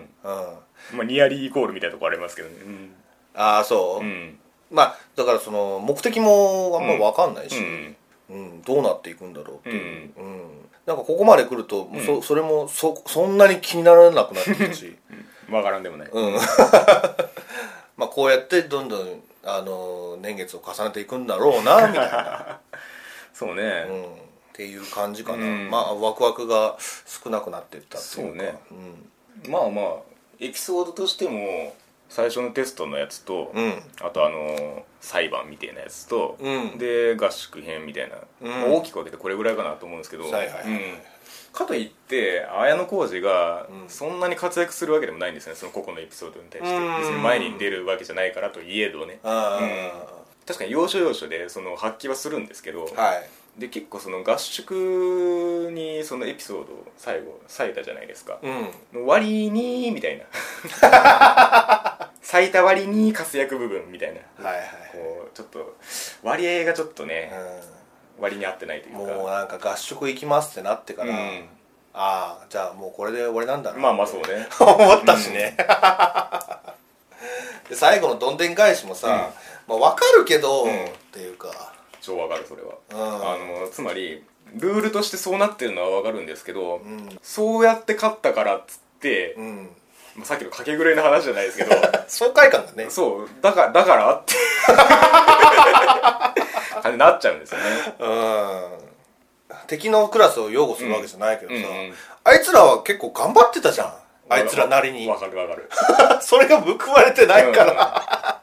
[SPEAKER 1] まあニアリーイコールみたいなとこありますけどねうん
[SPEAKER 2] ああそう、
[SPEAKER 1] うん
[SPEAKER 2] まあだからその目的もあんま分かんないし、
[SPEAKER 1] うん
[SPEAKER 2] うん、どうなっていくんだろうっていう、うんなんかここまで来ると、もうそそれもそそんなに気にならなくなってきた し、
[SPEAKER 1] わからんでもない、
[SPEAKER 2] うんまあこうやってどんどん、あのー年月を重ねていくんだろうなみたいな、
[SPEAKER 1] そう
[SPEAKER 2] う
[SPEAKER 1] ね、
[SPEAKER 2] ん、っていう感じかな、
[SPEAKER 1] うん
[SPEAKER 2] まあワクワクが少なくなってったっていう
[SPEAKER 1] そ
[SPEAKER 2] か
[SPEAKER 1] うね
[SPEAKER 2] うん
[SPEAKER 1] まあまあエピソードとしても最初のテストのやつと、
[SPEAKER 2] うん
[SPEAKER 1] あとあのー裁判みたいなやつと、
[SPEAKER 2] うん
[SPEAKER 1] で合宿編みたいな、
[SPEAKER 2] うん
[SPEAKER 1] 大きく分けてこれぐらいかなと思うんですけど、
[SPEAKER 2] はいはいはいはい
[SPEAKER 1] うんかといって綾小路が
[SPEAKER 2] うん
[SPEAKER 1] そんなに活躍するわけでもないんですよねその個々のエピソードに対して
[SPEAKER 2] うん
[SPEAKER 1] 別に前に出るわけじゃないからといえどね
[SPEAKER 2] あ
[SPEAKER 1] 確かに要所要所でその発揮はするんですけど、
[SPEAKER 2] ーはい
[SPEAKER 1] で結構その合宿にそのエピソードを最後割いたじゃないですか、
[SPEAKER 2] うん
[SPEAKER 1] の割にみたいな 咲いた割に活躍部分みたいな
[SPEAKER 2] はい
[SPEAKER 1] こうちょっと割合がちょっとね、
[SPEAKER 2] はい、、
[SPEAKER 1] 割に合ってないといううんか
[SPEAKER 2] もうなんか合宿行きますってなってから、ああじゃあもうこれで終わりなんだ
[SPEAKER 1] う、
[SPEAKER 2] なん
[SPEAKER 1] まあまあそうね
[SPEAKER 2] 思ったしね、で最後のどんでん返しもさ、まあ、分かるけど、
[SPEAKER 1] ん
[SPEAKER 2] っていうか
[SPEAKER 1] 超わかるそれは、
[SPEAKER 2] うん
[SPEAKER 1] あのつまりルールとしてそうなってるのはわかるんですけど、
[SPEAKER 2] ん
[SPEAKER 1] そうやって勝ったからっつって、
[SPEAKER 2] うん
[SPEAKER 1] まあさっきの掛け狂いの話じゃないですけど
[SPEAKER 2] 爽快感がね
[SPEAKER 1] そうだからだからって感じになっちゃうんですよね
[SPEAKER 2] うん敵のクラスを擁護するわけじゃないけどさ、
[SPEAKER 1] うんうん
[SPEAKER 2] あいつらは結構頑張ってたじゃんあいつらなりに
[SPEAKER 1] わかるわかる
[SPEAKER 2] それが報われてないから、
[SPEAKER 1] ら、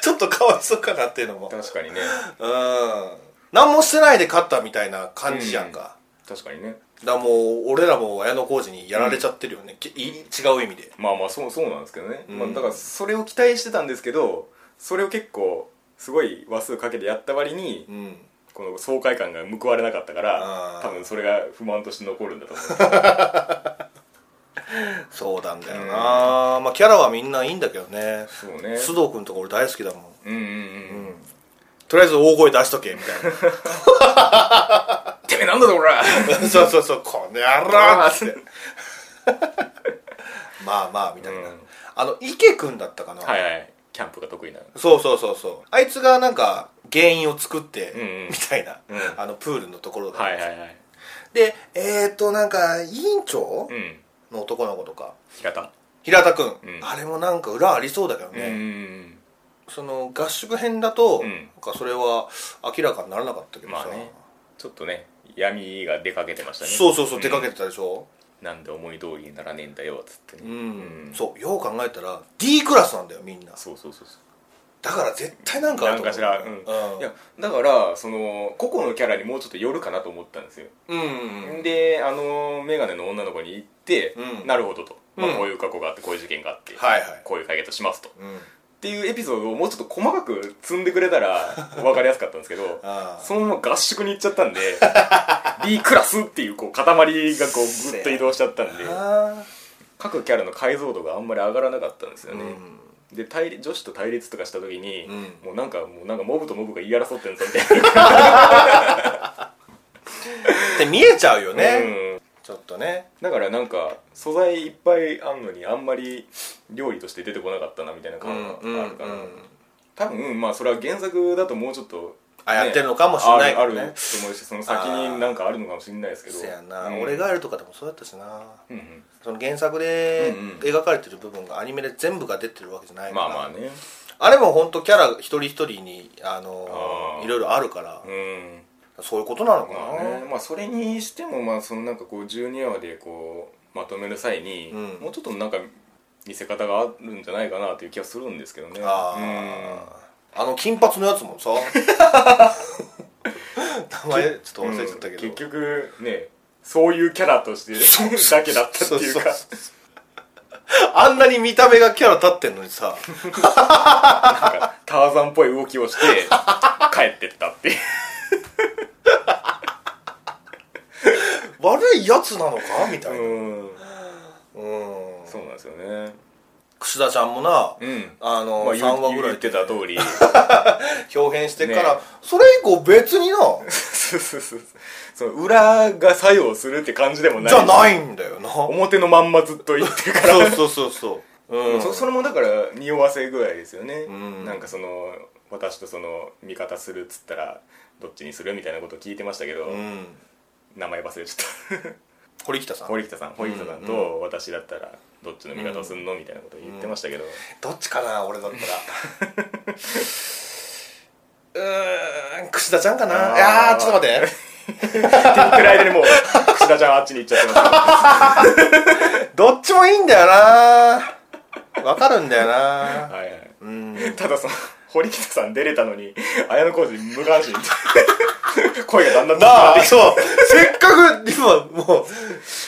[SPEAKER 2] ちょっとかわいそうかなっていうのも
[SPEAKER 1] うん確かにね
[SPEAKER 2] うん何もしてないで勝ったみたいな感じやんか、
[SPEAKER 1] 確かにね
[SPEAKER 2] だからもう俺らも綾小路にやられちゃってるよね、きい違う意味で
[SPEAKER 1] まあまあそうそうなんですけどね、
[SPEAKER 2] ん
[SPEAKER 1] まあ、だからそれを期待してたんですけどそれを結構すごい話数かけてやった割に、
[SPEAKER 2] うん
[SPEAKER 1] この爽快感が報われなかったから
[SPEAKER 2] あー
[SPEAKER 1] 多分それが不満として残るんだと思
[SPEAKER 2] そうなんだよな、まあキャラはみんないいんだけどね
[SPEAKER 1] う そうね
[SPEAKER 2] 須藤君とか俺大好きだもん
[SPEAKER 1] うんうんうん、
[SPEAKER 2] とりあえず大声出しとけみた
[SPEAKER 1] て
[SPEAKER 2] い
[SPEAKER 1] めえなんだぞこ ら
[SPEAKER 2] なそうそうそうこの野郎っつってまあまあみたいな、
[SPEAKER 1] うん
[SPEAKER 2] あの池君だったかな、
[SPEAKER 1] はいはいキャンプが得意な
[SPEAKER 2] そうそうそうそうあいつがなんか原因を作って、
[SPEAKER 1] うんうん
[SPEAKER 2] みたいな、
[SPEAKER 1] うん
[SPEAKER 2] あのプールのところが、
[SPEAKER 1] はいはいはい
[SPEAKER 2] でえっ、ー、となんか委員長
[SPEAKER 1] うん
[SPEAKER 2] の男の子とか
[SPEAKER 1] 平田
[SPEAKER 2] 平田君、
[SPEAKER 1] うん
[SPEAKER 2] あれもなんか裏ありそうだけど
[SPEAKER 1] うん
[SPEAKER 2] ね、
[SPEAKER 1] うんうん
[SPEAKER 2] その合宿編だと、
[SPEAKER 1] うん
[SPEAKER 2] なんかそれは明らかにならなかったけど
[SPEAKER 1] ま
[SPEAKER 2] さ、
[SPEAKER 1] あねちょっとね闇が出かけてましたね
[SPEAKER 2] そうそうそう、
[SPEAKER 1] ん
[SPEAKER 2] 出かけてたでしょ、
[SPEAKER 1] なんで思い通りにならねえんだよっつって
[SPEAKER 2] う
[SPEAKER 1] ね、うん
[SPEAKER 2] そうよう考えたら D クラスなんだよみんな
[SPEAKER 1] そうそうそうそう
[SPEAKER 2] だから絶対なんかある
[SPEAKER 1] なんかし
[SPEAKER 2] と思う
[SPEAKER 1] ら、うんいやだからその個々のキャラにもうちょっと寄るかなと思ったんですよ、
[SPEAKER 2] うんうんうん
[SPEAKER 1] であの眼鏡の女の子に行って、
[SPEAKER 2] うん
[SPEAKER 1] なるほどと、まあ
[SPEAKER 2] うん
[SPEAKER 1] こういう過去があってこういう事件があって、
[SPEAKER 2] はいはい
[SPEAKER 1] こういう解決しますと
[SPEAKER 2] うん
[SPEAKER 1] っていうエピソードをもうちょっと細かく積んでくれたら 分かりやすかったんですけど
[SPEAKER 2] ああ
[SPEAKER 1] そのまま合宿に行っちゃったんで B クラスっていうこう塊がこうグッと移動しちゃったんで
[SPEAKER 2] あ
[SPEAKER 1] 各キャラの解像度があんまり上がらなかったんですよ
[SPEAKER 2] ー
[SPEAKER 1] ね、
[SPEAKER 2] うん
[SPEAKER 1] で対立女子と対立とかした時に、
[SPEAKER 2] うん
[SPEAKER 1] もうなんかもうなんかモブとモブが言い争ってんぞみたいな
[SPEAKER 2] って見えちゃうよ ね、
[SPEAKER 1] うん
[SPEAKER 2] ちょっとね
[SPEAKER 1] だからなんか素材いっぱいあんのにあんまり料理として出てこなかったなみたいな感があるから、多分まあそれは原作だともうちょっと、
[SPEAKER 2] あ
[SPEAKER 1] ね
[SPEAKER 2] やってるのかもしれないけ
[SPEAKER 1] あ
[SPEAKER 2] ど
[SPEAKER 1] る
[SPEAKER 2] ね
[SPEAKER 1] あると思うしその先になんかあるのかもしれないですけど
[SPEAKER 2] せやな、
[SPEAKER 1] うん
[SPEAKER 2] 俺ガールとかでもそうだったしな
[SPEAKER 1] うんうん
[SPEAKER 2] その原作で
[SPEAKER 1] うんうん
[SPEAKER 2] 描かれてる部分がアニメで全部が出てるわけじゃないか
[SPEAKER 1] ま
[SPEAKER 2] ら、
[SPEAKER 1] あまあね
[SPEAKER 2] あれも本当キャラ一人一人にあの
[SPEAKER 1] あー
[SPEAKER 2] いろいろあるから、
[SPEAKER 1] うん
[SPEAKER 2] そういうことなのかな、
[SPEAKER 1] まあねまあそれにしてもまあそのなんかこう12話でこうまとめる際に、
[SPEAKER 2] うん
[SPEAKER 1] もうちょっとなんか見せ方があるんじゃないかなという気がするんですけどね
[SPEAKER 2] あーあの金髪のやつも さ名前ちょっと忘れちゃったけど、
[SPEAKER 1] うん結局ねそういうキャラとしてだけだったっていうか
[SPEAKER 2] そうあんなに見た目がキャラ立ってんのにさ
[SPEAKER 1] なんかターザンっぽい動きをして 帰ってったっていう
[SPEAKER 2] 悪いやつなのかみたいなうん
[SPEAKER 1] うん
[SPEAKER 2] 櫛
[SPEAKER 1] そうなんですよね
[SPEAKER 2] 田ちゃんもな、
[SPEAKER 1] うんま
[SPEAKER 2] あの、
[SPEAKER 1] あ、
[SPEAKER 2] 3
[SPEAKER 1] 言う
[SPEAKER 2] 話ぐら
[SPEAKER 1] 言
[SPEAKER 2] い
[SPEAKER 1] ってた通り
[SPEAKER 2] 表現してから、
[SPEAKER 1] ね
[SPEAKER 2] それ以降別にな
[SPEAKER 1] そうそうそうその裏が作用するって感じでもない
[SPEAKER 2] じゃないんだよな
[SPEAKER 1] 表のまんまずっと言ってるから
[SPEAKER 2] そうそうそうそううん
[SPEAKER 1] そそれもだから匂わせ具合ですよね、
[SPEAKER 2] ん
[SPEAKER 1] なんかその私とその味方するっつったらどっちにするみたいなことを聞いてましたけど、
[SPEAKER 2] うん
[SPEAKER 1] 名前忘れちゃった
[SPEAKER 2] 堀北 さん
[SPEAKER 1] 堀北さん堀北さんと私だったらどっちの味方をすんの、みたいなことを言ってましたけど、
[SPEAKER 2] どっちかな俺だったら うーん櫛田ちゃんか
[SPEAKER 1] あ
[SPEAKER 2] な
[SPEAKER 1] ー
[SPEAKER 2] いやーちょっと待って
[SPEAKER 1] っていうくらいでもう櫛田ちゃんあっちに行っちゃってますか
[SPEAKER 2] どっちもいいんだよなわかるんだよ
[SPEAKER 1] ら
[SPEAKER 2] な
[SPEAKER 1] はい、はい
[SPEAKER 2] うん
[SPEAKER 1] ただその堀北さん出れたのに綾小路無関心 って声がだんだん
[SPEAKER 2] な
[SPEAKER 1] 高くな
[SPEAKER 2] あ
[SPEAKER 1] って
[SPEAKER 2] そうせっかく今も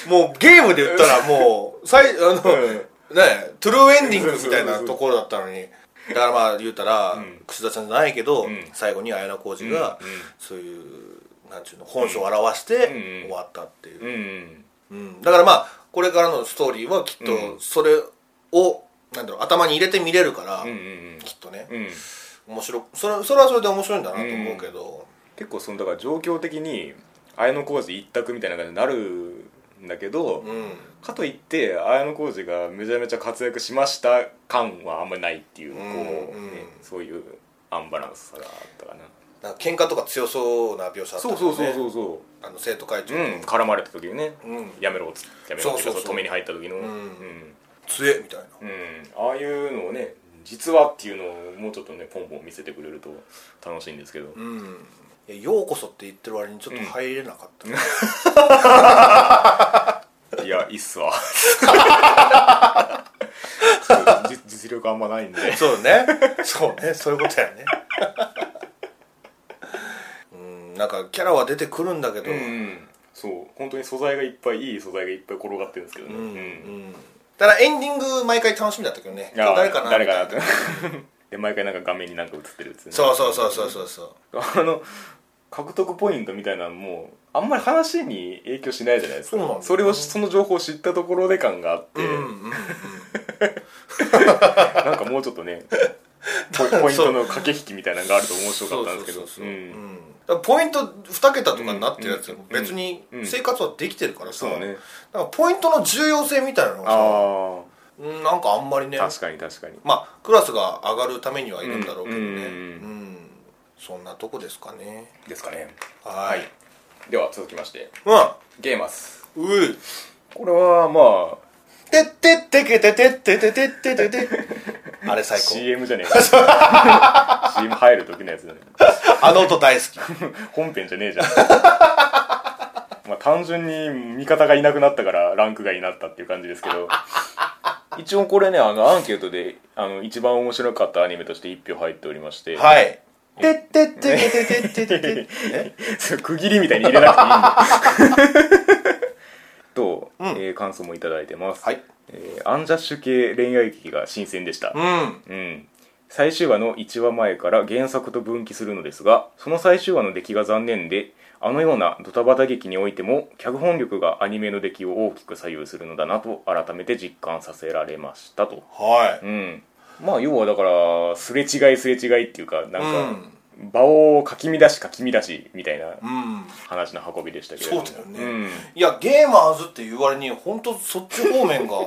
[SPEAKER 2] うもうゲームで言ったらもう最あ
[SPEAKER 1] う
[SPEAKER 2] の、
[SPEAKER 1] ん
[SPEAKER 2] ねえトゥルーエンディングみたいなところだったのにだからまあ言うたら、櫛田ちゃんじゃないけど、
[SPEAKER 1] ん
[SPEAKER 2] 最後に綾小路が、
[SPEAKER 1] うんうん
[SPEAKER 2] そういうなんちゅうの本性を表して
[SPEAKER 1] うん
[SPEAKER 2] 終わったっていう、
[SPEAKER 1] うんうん
[SPEAKER 2] うんだからまあこれからのストーリーはきっ
[SPEAKER 1] う
[SPEAKER 2] とそれを、なんだろう頭に入れて見れるから、
[SPEAKER 1] うんうん
[SPEAKER 2] きっとね、
[SPEAKER 1] うんうん
[SPEAKER 2] 面白くそれそれはそれで面白いんだなと思うけど、
[SPEAKER 1] 結構そのだから状況的に綾小路一択みたいな感じになるんだけど、
[SPEAKER 2] うん
[SPEAKER 1] かといって綾小路がめちゃめちゃ活躍しました感はあんまりないっていう、こう、
[SPEAKER 2] うん
[SPEAKER 1] ね、そういうアンバランスさがあったかな
[SPEAKER 2] なんか喧嘩とか強そうな描写あっ
[SPEAKER 1] そ
[SPEAKER 2] たか
[SPEAKER 1] う
[SPEAKER 2] ら
[SPEAKER 1] そうそうそうそ
[SPEAKER 2] あの生徒会
[SPEAKER 1] う、
[SPEAKER 2] 長
[SPEAKER 1] う
[SPEAKER 2] の
[SPEAKER 1] ん、絡まれた時にね、
[SPEAKER 2] うん
[SPEAKER 1] やめろっつやめろっていうか
[SPEAKER 2] そうそうそう
[SPEAKER 1] その止めに入った時の、うん
[SPEAKER 2] 杖みたいな
[SPEAKER 1] うんああいうのをね実はっていうのをもうちょっとねポンポン見せてくれると楽しいんですけど、
[SPEAKER 2] うんいやようこそって言ってる割にちょっと入れなかった、
[SPEAKER 1] いやいいっ すわ実実力あんまないんで
[SPEAKER 2] そうねそうねそういうことやね うんなんかキャラは出てくるんだけど、
[SPEAKER 1] うんそう本当に素材がいっぱいいい素材がいっぱい転がってるんですけどね、
[SPEAKER 2] うん
[SPEAKER 1] うん
[SPEAKER 2] ただエンディング毎回楽しみだったけどね
[SPEAKER 1] いや
[SPEAKER 2] 今日誰かな
[SPEAKER 1] 誰かなっ
[SPEAKER 2] み
[SPEAKER 1] たて
[SPEAKER 2] い
[SPEAKER 1] で毎回なんか画面になんか映ってるやつね、
[SPEAKER 2] そうそうそうそうそうそう
[SPEAKER 1] あの獲得ポイントみたいなのもあんまり話に影響しないじゃないですか
[SPEAKER 2] そうなんだよね
[SPEAKER 1] れをその情報を知ったところで感があって、
[SPEAKER 2] うんうん
[SPEAKER 1] なんかもうちょっと ねポイポイントの駆け引きみたいなのがあると面白かったんですけど
[SPEAKER 2] そうそうそう
[SPEAKER 1] う
[SPEAKER 2] そううんんだからポイント2桁とかになってるやつも別に
[SPEAKER 1] うんうん
[SPEAKER 2] 生活はできてるからさ、
[SPEAKER 1] そうね
[SPEAKER 2] なんかポイントの重要性みたいなのがさ
[SPEAKER 1] あ
[SPEAKER 2] うんなんかあんまりね
[SPEAKER 1] あ確かに確かに
[SPEAKER 2] まあクラスが上がるためにはいるんだろうけど
[SPEAKER 1] う
[SPEAKER 2] ね
[SPEAKER 1] んうん
[SPEAKER 2] うんそんなとこですかね
[SPEAKER 1] ですかね
[SPEAKER 2] はーい
[SPEAKER 1] では続きまして
[SPEAKER 2] う
[SPEAKER 1] ゲーマス
[SPEAKER 2] んうい
[SPEAKER 1] これはまあ
[SPEAKER 2] てってってけててってててっててて あれ最高
[SPEAKER 1] CM じゃねえ か CM 入る時のやつだね
[SPEAKER 2] あの音大好き
[SPEAKER 1] 本編じゃねえじゃんまあ単純に味方がいなくなったからランクがになったっていう感じですけど一応これねあのアンケートであの一番面白かったアニメとして1票入っておりまして、
[SPEAKER 2] はいてってってけてててててえ
[SPEAKER 1] そ れ区切りみたいに入れなくていいんだ と、えー感想もいただいてます、
[SPEAKER 2] はい
[SPEAKER 1] えーアンジャッシュ系恋愛劇が新鮮でした、
[SPEAKER 2] うん
[SPEAKER 1] うん、最終話の1話前から原作と分岐するのですがその最終話の出来が残念であのようなドタバタ劇においても脚本力がアニメの出来を大きく左右するのだなと改めて実感させられましたと
[SPEAKER 2] は
[SPEAKER 1] うんまあ要はだからすれ違いすれ違いっていうかなん
[SPEAKER 2] い。う
[SPEAKER 1] か、
[SPEAKER 2] ん。
[SPEAKER 1] 場をかき乱しかき乱しみたいな
[SPEAKER 2] うん。
[SPEAKER 1] 話の運びでしたけれど
[SPEAKER 2] そう
[SPEAKER 1] も
[SPEAKER 2] だよね。いや、ゲーマーズって言われに、本当そっち方面が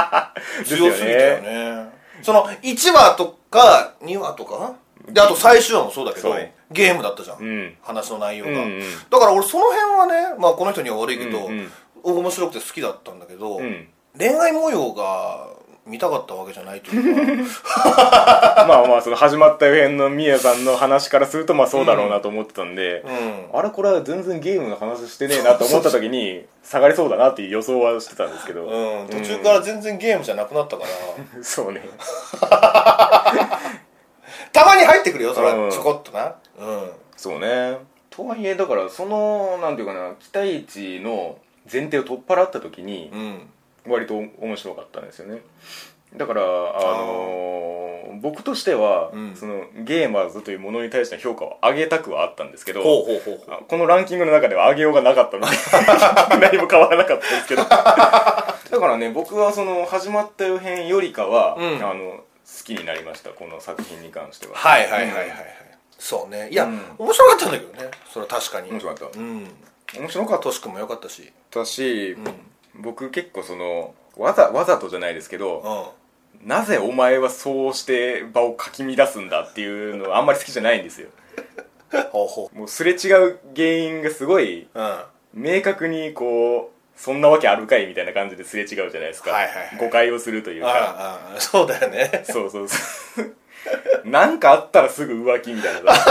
[SPEAKER 2] 強すぎたよね。その、1話とか、2話とかで、あと最終話もそうだけど
[SPEAKER 1] そう、
[SPEAKER 2] ゲームだったじゃ。
[SPEAKER 1] うんん
[SPEAKER 2] 話の内容が。
[SPEAKER 1] うんうん
[SPEAKER 2] だから俺その辺はね、まあこの人には悪いけど、
[SPEAKER 1] うん
[SPEAKER 2] 面白くて好きだったんだけど、
[SPEAKER 1] うん
[SPEAKER 2] 恋愛模様が見たかったわけじゃないというか
[SPEAKER 1] まあまあその始まった辺のみやさんの話からするとまあそうだろうなと思ってたんで、
[SPEAKER 2] うん
[SPEAKER 1] あれこれは全然ゲームの話してねえなと思った時に 下がりそうだなっていう予想はしてたんですけど、
[SPEAKER 2] うん、途中から全然ゲームじゃなくなったから、
[SPEAKER 1] そうね
[SPEAKER 2] たまに入ってくるよそ
[SPEAKER 1] う
[SPEAKER 2] れ
[SPEAKER 1] ん
[SPEAKER 2] はちょこっとなうん
[SPEAKER 1] そうねとはいえだからそのなんていうかな期待値の前提を取っ払った時に
[SPEAKER 2] うん
[SPEAKER 1] 割と面白かったんですよねだからあのー僕としては、
[SPEAKER 2] うん
[SPEAKER 1] そのゲーマーズというものに対しての評価を上げたくはあったんですけど
[SPEAKER 2] ほうほうほうほう
[SPEAKER 1] あこのランキングの中では上げようがなかったので 何も変わらなかったん ですけどだからね僕はその始まった予編よりかは、
[SPEAKER 2] うん
[SPEAKER 1] あの好きになりましたこの作品に関しては
[SPEAKER 2] はいはいはいはいはいそうねいや、
[SPEAKER 1] うん
[SPEAKER 2] 面白かったんだけどねそれは確かに
[SPEAKER 1] 面白かった
[SPEAKER 2] うん
[SPEAKER 1] 面白かっ
[SPEAKER 2] トシ君も良かったし、
[SPEAKER 1] たし、
[SPEAKER 2] うん、うん
[SPEAKER 1] 僕結構そのわざわざとじゃないですけど、なぜお前はそうして場をかき乱すんだっていうのはあんまり好きじゃないんですよ
[SPEAKER 2] ほうほ
[SPEAKER 1] もうすれ違う原因がすごいう
[SPEAKER 2] うんは
[SPEAKER 1] 明確にこうそんなわけあるかいみたいな感じですれ違うじゃないですか、
[SPEAKER 2] はいはいはい
[SPEAKER 1] 誤解をするというか
[SPEAKER 2] ああそうだよね
[SPEAKER 1] そうそうそう なんかあったらすぐ浮気みたいな さ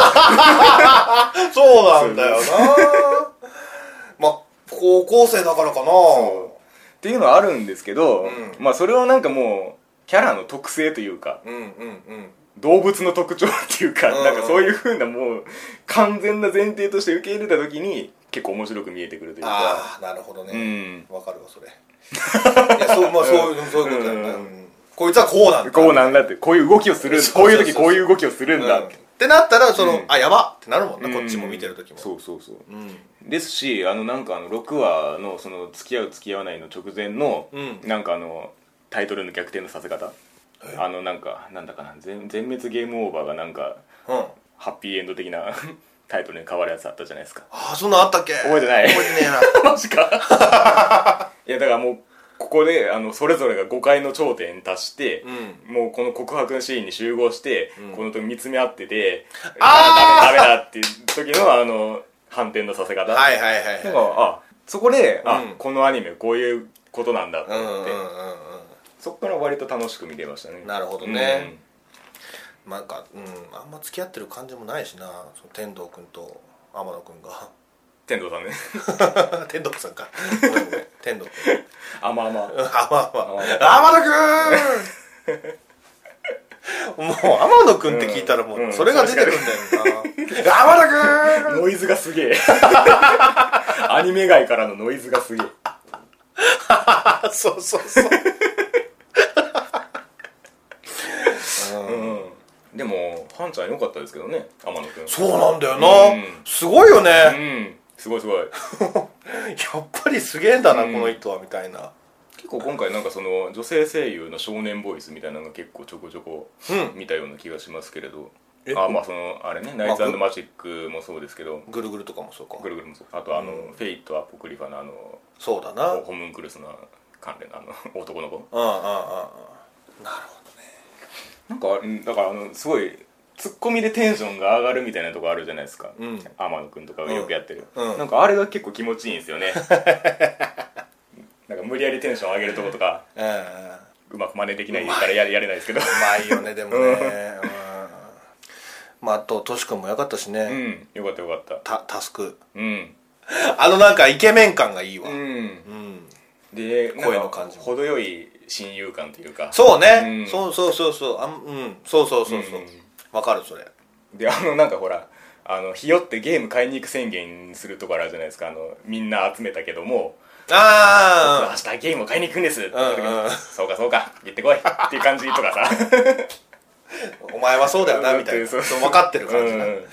[SPEAKER 2] そうなんだよな まあ高校生だからかな
[SPEAKER 1] っていうのはあるんですけど、
[SPEAKER 2] うん
[SPEAKER 1] まあそれはなんかもうキャラの特性というか
[SPEAKER 2] うんうんうん
[SPEAKER 1] 動物の特徴っていうか、
[SPEAKER 2] うん
[SPEAKER 1] なんかそういうふうなもう完全な前提として受け入れた時に結構面白く見えてくるというか
[SPEAKER 2] ああなるほどね、
[SPEAKER 1] うん
[SPEAKER 2] わかるわそれいやそうまあそういうそういうことだよね、
[SPEAKER 1] うん
[SPEAKER 2] うんこいつはこうなんだ
[SPEAKER 1] こうなんだってこういう動きをする
[SPEAKER 2] そ
[SPEAKER 1] こ
[SPEAKER 2] う
[SPEAKER 1] う
[SPEAKER 2] そう
[SPEAKER 1] い
[SPEAKER 2] そう
[SPEAKER 1] う時こういう動きをするんだ
[SPEAKER 2] うんってなったらその、
[SPEAKER 1] うん
[SPEAKER 2] あやばってなるもんな、こっちも見てる時も
[SPEAKER 1] そうそうそう
[SPEAKER 2] うん
[SPEAKER 1] ですしあのなんかあの6話のその付き合う付き合わないの直前の、
[SPEAKER 2] うん
[SPEAKER 1] なんかあのタイトルの逆転のさせ方あのなんかなんだかな全全滅ゲームオーバーがなんか
[SPEAKER 2] うん
[SPEAKER 1] ハッピーエンド的な タイトルに変わるやつあったじゃないですか
[SPEAKER 2] ああそんなんあったっけ
[SPEAKER 1] 覚えてない
[SPEAKER 2] 覚えてね
[SPEAKER 1] マジか いやだからもうここであのそれぞれが誤解の頂点に達して、
[SPEAKER 2] えなうん
[SPEAKER 1] もうこの告白のシーンに集合して、
[SPEAKER 2] うん
[SPEAKER 1] この時見つめ合ってて
[SPEAKER 2] あ
[SPEAKER 1] ダメダメだっていう時のあの反転のさせ方
[SPEAKER 2] はいはいはい
[SPEAKER 1] なん
[SPEAKER 2] はい
[SPEAKER 1] かあそこで、あ
[SPEAKER 2] うん
[SPEAKER 1] このアニメこういうことなんだと
[SPEAKER 2] うん
[SPEAKER 1] 思
[SPEAKER 2] うん
[SPEAKER 1] っ
[SPEAKER 2] う
[SPEAKER 1] て、
[SPEAKER 2] んうん
[SPEAKER 1] そこから割と楽しく見れましたね
[SPEAKER 2] なるほどねなんかうんあんま付き合ってる感じもないしなその天童君と天野君が
[SPEAKER 1] 天童さんね
[SPEAKER 2] 天童さんかごめんごめん天童君
[SPEAKER 1] あまあまあ
[SPEAKER 2] あまあまあ 天野くんもう天野くんって聞いたらも
[SPEAKER 1] うん
[SPEAKER 2] うそれが出てくるんだよな天野くん
[SPEAKER 1] ノイズがすげえアニメ外からのノイズがすげえ
[SPEAKER 2] あ そうそうそう、うん
[SPEAKER 1] うんでもハンちゃん良かったですけどね天野くん
[SPEAKER 2] そうなんだよな、
[SPEAKER 1] うん
[SPEAKER 2] すごいよね、や
[SPEAKER 1] うんすごいすごい
[SPEAKER 2] っぱりすげえんだな、
[SPEAKER 1] うん
[SPEAKER 2] この人はみたいな
[SPEAKER 1] 結構今回なんかその女性声優の少年ボイスみたいなのが結構ちょこちょこ
[SPEAKER 2] うん
[SPEAKER 1] 見たような気がしますけれど、
[SPEAKER 2] え
[SPEAKER 1] あまあそのあれね「ナイツマジック」もそうですけど
[SPEAKER 2] ぐるぐるとかもそうか
[SPEAKER 1] ぐるぐるもそうあとあの、
[SPEAKER 2] うん
[SPEAKER 1] フェイトアポクリファのあの
[SPEAKER 2] そうだなうんうんうん
[SPEAKER 1] ホムンクルスの関連のあの 男の子
[SPEAKER 2] うんなるほ
[SPEAKER 1] なんかうんだからあのすごいツッコミでテンションが上がるみたいなとこあるじゃないですか、
[SPEAKER 2] うん
[SPEAKER 1] 天野くんとかがよくやってる、
[SPEAKER 2] うんうん
[SPEAKER 1] なんかあれが結構気持ちいいんですよね なんか無理やりテンション上げるとことか
[SPEAKER 2] どうんうん
[SPEAKER 1] うまく真似できないからややれないですけど
[SPEAKER 2] うまいよねでもね、うんまああとトシ君もよかったしね、
[SPEAKER 1] うんよかったよかった
[SPEAKER 2] たタスク
[SPEAKER 1] うん
[SPEAKER 2] あのなんかイケメン感がいいわ、
[SPEAKER 1] う
[SPEAKER 2] うん
[SPEAKER 1] んでなんか
[SPEAKER 2] 声の感じも
[SPEAKER 1] 程よい親友感というか
[SPEAKER 2] そう
[SPEAKER 1] う
[SPEAKER 2] ね、
[SPEAKER 1] ん
[SPEAKER 2] そうそうそうそうあんうんそうそうそうそう
[SPEAKER 1] うん
[SPEAKER 2] わ、かるそれ
[SPEAKER 1] であのなんかほらあの日和ってゲーム買いに行く宣言するとこあるじゃないですかあのみんな集めたけども、
[SPEAKER 2] あ
[SPEAKER 1] 明日ゲームを買いに行くんですって言った時に、
[SPEAKER 2] うんうん
[SPEAKER 1] そうかそうか行ってこいっていう感じとかさ
[SPEAKER 2] お前はそうだよなみたい な
[SPEAKER 1] そう
[SPEAKER 2] そう分かってる感じな
[SPEAKER 1] う
[SPEAKER 2] うん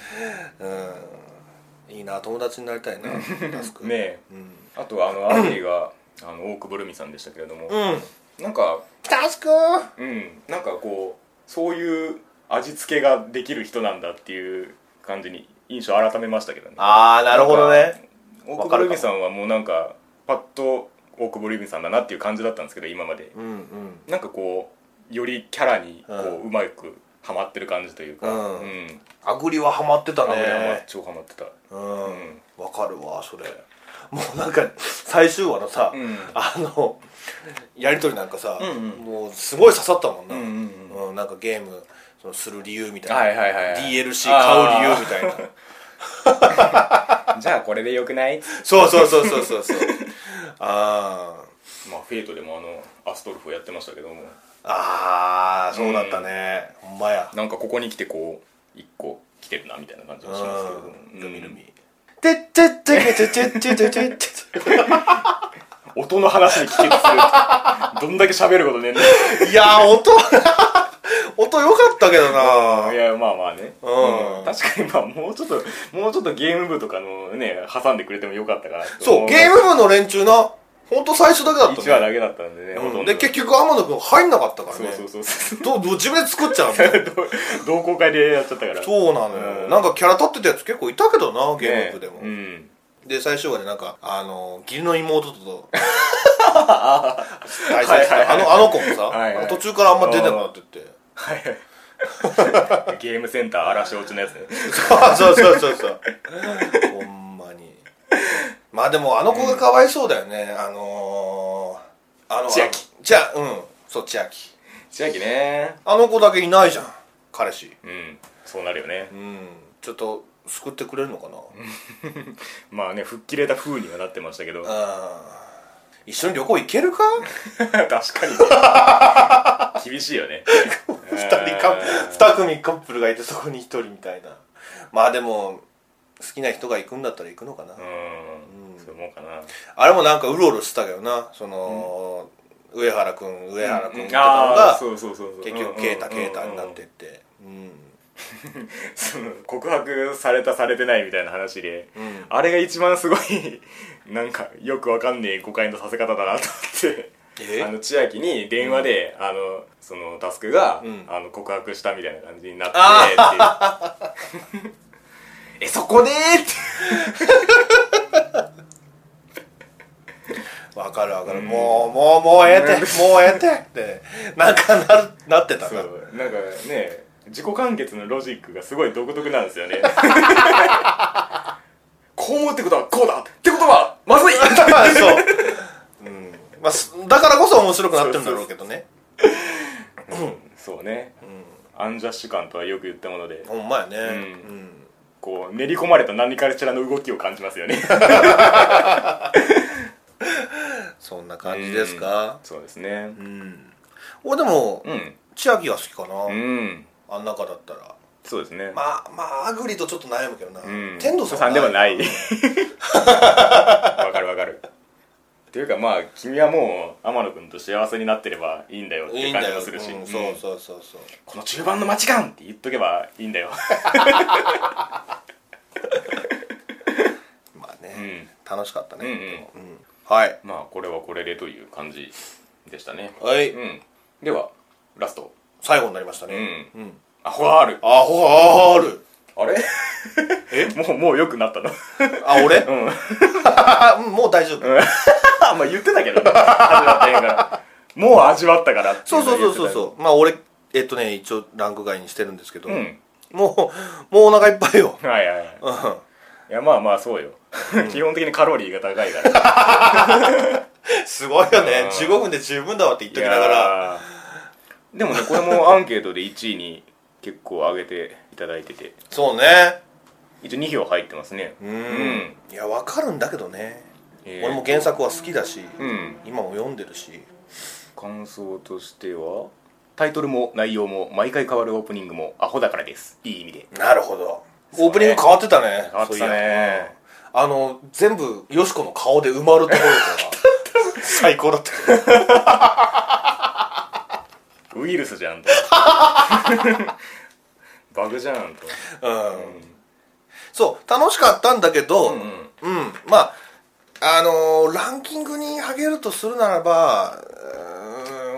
[SPEAKER 2] んいいな友達になりたいなタスク
[SPEAKER 1] ねえ
[SPEAKER 2] うん
[SPEAKER 1] あとはあ のアーティがあの大久保ルミさんでしたけれども、
[SPEAKER 2] うん
[SPEAKER 1] なんか
[SPEAKER 2] タスクー
[SPEAKER 1] うんなんかこうそういう味付けができる人なんだっていう感じに印象改めましたけどね
[SPEAKER 2] ああなるほどね
[SPEAKER 1] 大久保ルミさんはもうなんかパッと大久保ルミさんだなっていう感じだったんですけど今まで
[SPEAKER 2] うんうん
[SPEAKER 1] なんかこうよりキャラにこう,、
[SPEAKER 2] うん
[SPEAKER 1] うまくはまってる感じというか
[SPEAKER 2] うん
[SPEAKER 1] うん、
[SPEAKER 2] アグリはハマってた
[SPEAKER 1] あ俺はま
[SPEAKER 2] ね
[SPEAKER 1] 超ハマってた
[SPEAKER 2] うん
[SPEAKER 1] ん
[SPEAKER 2] わかるわそれもうなんか最終話のさ
[SPEAKER 1] うん
[SPEAKER 2] あのやりとりなんかさ
[SPEAKER 1] うんうん
[SPEAKER 2] もうすごい刺さったもんな
[SPEAKER 1] うんうん
[SPEAKER 2] うんなんかゲームそのする理由みた
[SPEAKER 1] はいい
[SPEAKER 2] な
[SPEAKER 1] はいはいはい
[SPEAKER 2] DLC 買う理由みたいな
[SPEAKER 1] な じゃあこれでよくない
[SPEAKER 2] そうそうそうそうそうそうあー
[SPEAKER 1] まあフェイトでもあのアストルフをやってましたけども
[SPEAKER 2] あーそうだったねほんまや
[SPEAKER 1] なんかここに来てこう一個来てるなみたいな感じがしますけど
[SPEAKER 2] うん
[SPEAKER 1] うん
[SPEAKER 2] ルミルミてってってってってってってってって
[SPEAKER 1] 音の話に聞けるどんだけ喋ることねえんだよ
[SPEAKER 2] いやー音 音良かったけど ない
[SPEAKER 1] やまあまあね、
[SPEAKER 2] うん
[SPEAKER 1] 確かにまあもうちょっともうちょっとゲーム部とかのね挟んでくれてもよかったかなと
[SPEAKER 2] そうゲーム部の連中なほんと最初だけだった
[SPEAKER 1] 1話だけだったんでね、ほと
[SPEAKER 2] うんん
[SPEAKER 1] ど
[SPEAKER 2] で結局天野くん入んなかったから
[SPEAKER 1] そう
[SPEAKER 2] ね
[SPEAKER 1] そうそうそう
[SPEAKER 2] どうどう自分で作っちゃうの
[SPEAKER 1] 同好会でやっちゃったから
[SPEAKER 2] そうなのよ、
[SPEAKER 1] うん
[SPEAKER 2] なんかキャラ立ってたやつ結構いたけどなゲーム部でも、
[SPEAKER 1] ねうん
[SPEAKER 2] で最初はねなんかあの義理の妹と
[SPEAKER 1] は
[SPEAKER 2] 対
[SPEAKER 1] いはい
[SPEAKER 2] 戦し
[SPEAKER 1] はい
[SPEAKER 2] たあのあの子もさ、
[SPEAKER 1] はいはい
[SPEAKER 2] 途中からあんま出てなくなってって
[SPEAKER 1] はいはいゲームセンター荒らし落ちのやつね
[SPEAKER 2] そうそうそうそうほんまにまあでもあの子がかわいそうだよね、あのー、あの
[SPEAKER 1] 千秋
[SPEAKER 2] じゃうんそう千秋
[SPEAKER 1] 千秋ね
[SPEAKER 2] あの子だけいないじゃん彼氏
[SPEAKER 1] うんそうなるよね、
[SPEAKER 2] うんちょっと救ってくれるのかな
[SPEAKER 1] まあね吹っ切れた風にはなってましたけど確
[SPEAKER 2] うん一緒に旅行行けるか
[SPEAKER 1] かに 厳しいよね
[SPEAKER 2] 二人か二組カップルがいてそこに一人みたいなまあでも好きな人が行くんだったら行くのかな、
[SPEAKER 1] うんそういうもんかな
[SPEAKER 2] あれもなんかうろうろしてたけどなその、上原くん上原くんってたの
[SPEAKER 1] あ
[SPEAKER 2] が
[SPEAKER 1] あそうそうそうそう
[SPEAKER 2] 結局啓太啓太になってってうん
[SPEAKER 1] その告白されたされてないみたいな話で、
[SPEAKER 2] ん
[SPEAKER 1] あれが一番すごいなんかよくわかんねえ誤解のさせ方だなと思って
[SPEAKER 2] え
[SPEAKER 1] あの千秋に電話で、あのそのタスクが、
[SPEAKER 2] うん
[SPEAKER 1] あの告白したみたいな感じになって っていうえそこでーって
[SPEAKER 2] わかるわかる、もうもうもうええて、もうええてってなんかなるなってた
[SPEAKER 1] そ
[SPEAKER 2] な
[SPEAKER 1] うなんかね自己完結のロジックがすごい独特なんです よねこう思うってことはこうだってことはまずい
[SPEAKER 2] そう、うんまあす、だからこそ面白くなってるんだろうけどね
[SPEAKER 1] そうね、アンジャッシュ感とはよく言ったもので
[SPEAKER 2] ほんまやね、
[SPEAKER 1] う
[SPEAKER 2] うん
[SPEAKER 1] こう練り込まれた何かしらの動きを感じますよね
[SPEAKER 2] そんな感じですか
[SPEAKER 1] そうですね
[SPEAKER 2] うん俺でも、
[SPEAKER 1] うん
[SPEAKER 2] 千秋が好きかな、
[SPEAKER 1] うん
[SPEAKER 2] あん中だったら
[SPEAKER 1] そうですね、
[SPEAKER 2] まあまあアグリとちょっと悩むけどな、
[SPEAKER 1] うん、
[SPEAKER 2] 天童
[SPEAKER 1] さ
[SPEAKER 2] さ
[SPEAKER 1] ん
[SPEAKER 2] ん
[SPEAKER 1] でもない いわかるわかるっていうかまあ君はもう天野君と幸せになってればいいんだよって
[SPEAKER 2] い
[SPEAKER 1] い
[SPEAKER 2] いういん
[SPEAKER 1] 感じ
[SPEAKER 2] だ
[SPEAKER 1] も
[SPEAKER 2] よ、
[SPEAKER 1] するし
[SPEAKER 2] うん
[SPEAKER 1] う
[SPEAKER 2] そ
[SPEAKER 1] ん
[SPEAKER 2] うそうそうそう
[SPEAKER 1] この中盤の待ち感って言っとけばいいんだよ
[SPEAKER 2] まあ
[SPEAKER 1] う
[SPEAKER 2] ね、
[SPEAKER 1] ん
[SPEAKER 2] 楽しかったね、
[SPEAKER 1] うん
[SPEAKER 2] うんはい
[SPEAKER 1] まあこれはこれでという感じでしたね
[SPEAKER 2] はい、
[SPEAKER 1] うんではラスト
[SPEAKER 2] 最後になりました
[SPEAKER 1] う
[SPEAKER 2] ね、
[SPEAKER 1] ん
[SPEAKER 2] うん
[SPEAKER 1] アホガール
[SPEAKER 2] あほある
[SPEAKER 1] あれ もうもう良くなったの
[SPEAKER 2] あ俺、
[SPEAKER 1] ん
[SPEAKER 2] うんもう大丈夫、
[SPEAKER 1] まあ言ってたけどね味わってへんからもう味わったからってい
[SPEAKER 2] そ
[SPEAKER 1] の
[SPEAKER 2] うそ
[SPEAKER 1] は
[SPEAKER 2] う
[SPEAKER 1] 言
[SPEAKER 2] そ
[SPEAKER 1] って
[SPEAKER 2] う
[SPEAKER 1] た
[SPEAKER 2] そうそうまあ俺えっとね一応ランク外にしてるんですけど、
[SPEAKER 1] うん
[SPEAKER 2] もうもうお腹いっぱいよ、
[SPEAKER 1] はいはいはい
[SPEAKER 2] うん
[SPEAKER 1] いやまあまあそうよ基本的にカロリーが高い から
[SPEAKER 2] すごいよ
[SPEAKER 1] うん
[SPEAKER 2] ね15分で十分だわって言っときながら
[SPEAKER 1] らでもねこれもアンケートで1位に結構上げていただいてて
[SPEAKER 2] そうね
[SPEAKER 1] 一応2票入ってますね
[SPEAKER 2] うんいやわかるんだけどね、
[SPEAKER 1] えー
[SPEAKER 2] 俺も原作は好きだし、
[SPEAKER 1] うん
[SPEAKER 2] 今も読んでるし
[SPEAKER 1] 感想としてはタイトルも内容も毎回変わるオープニングもアホだからですいい意味で
[SPEAKER 2] なるほど
[SPEAKER 1] うね
[SPEAKER 2] オープニング変わってたね
[SPEAKER 1] 変わってたね
[SPEAKER 2] そういやうんあの全部よしこの顔で埋まるところとか最高だった
[SPEAKER 1] ウイルスじゃんとバグじゃんと、
[SPEAKER 2] うんそう楽しかったんだけど、
[SPEAKER 1] うんうん
[SPEAKER 2] うん、まああのーランキングに上げるとするならばう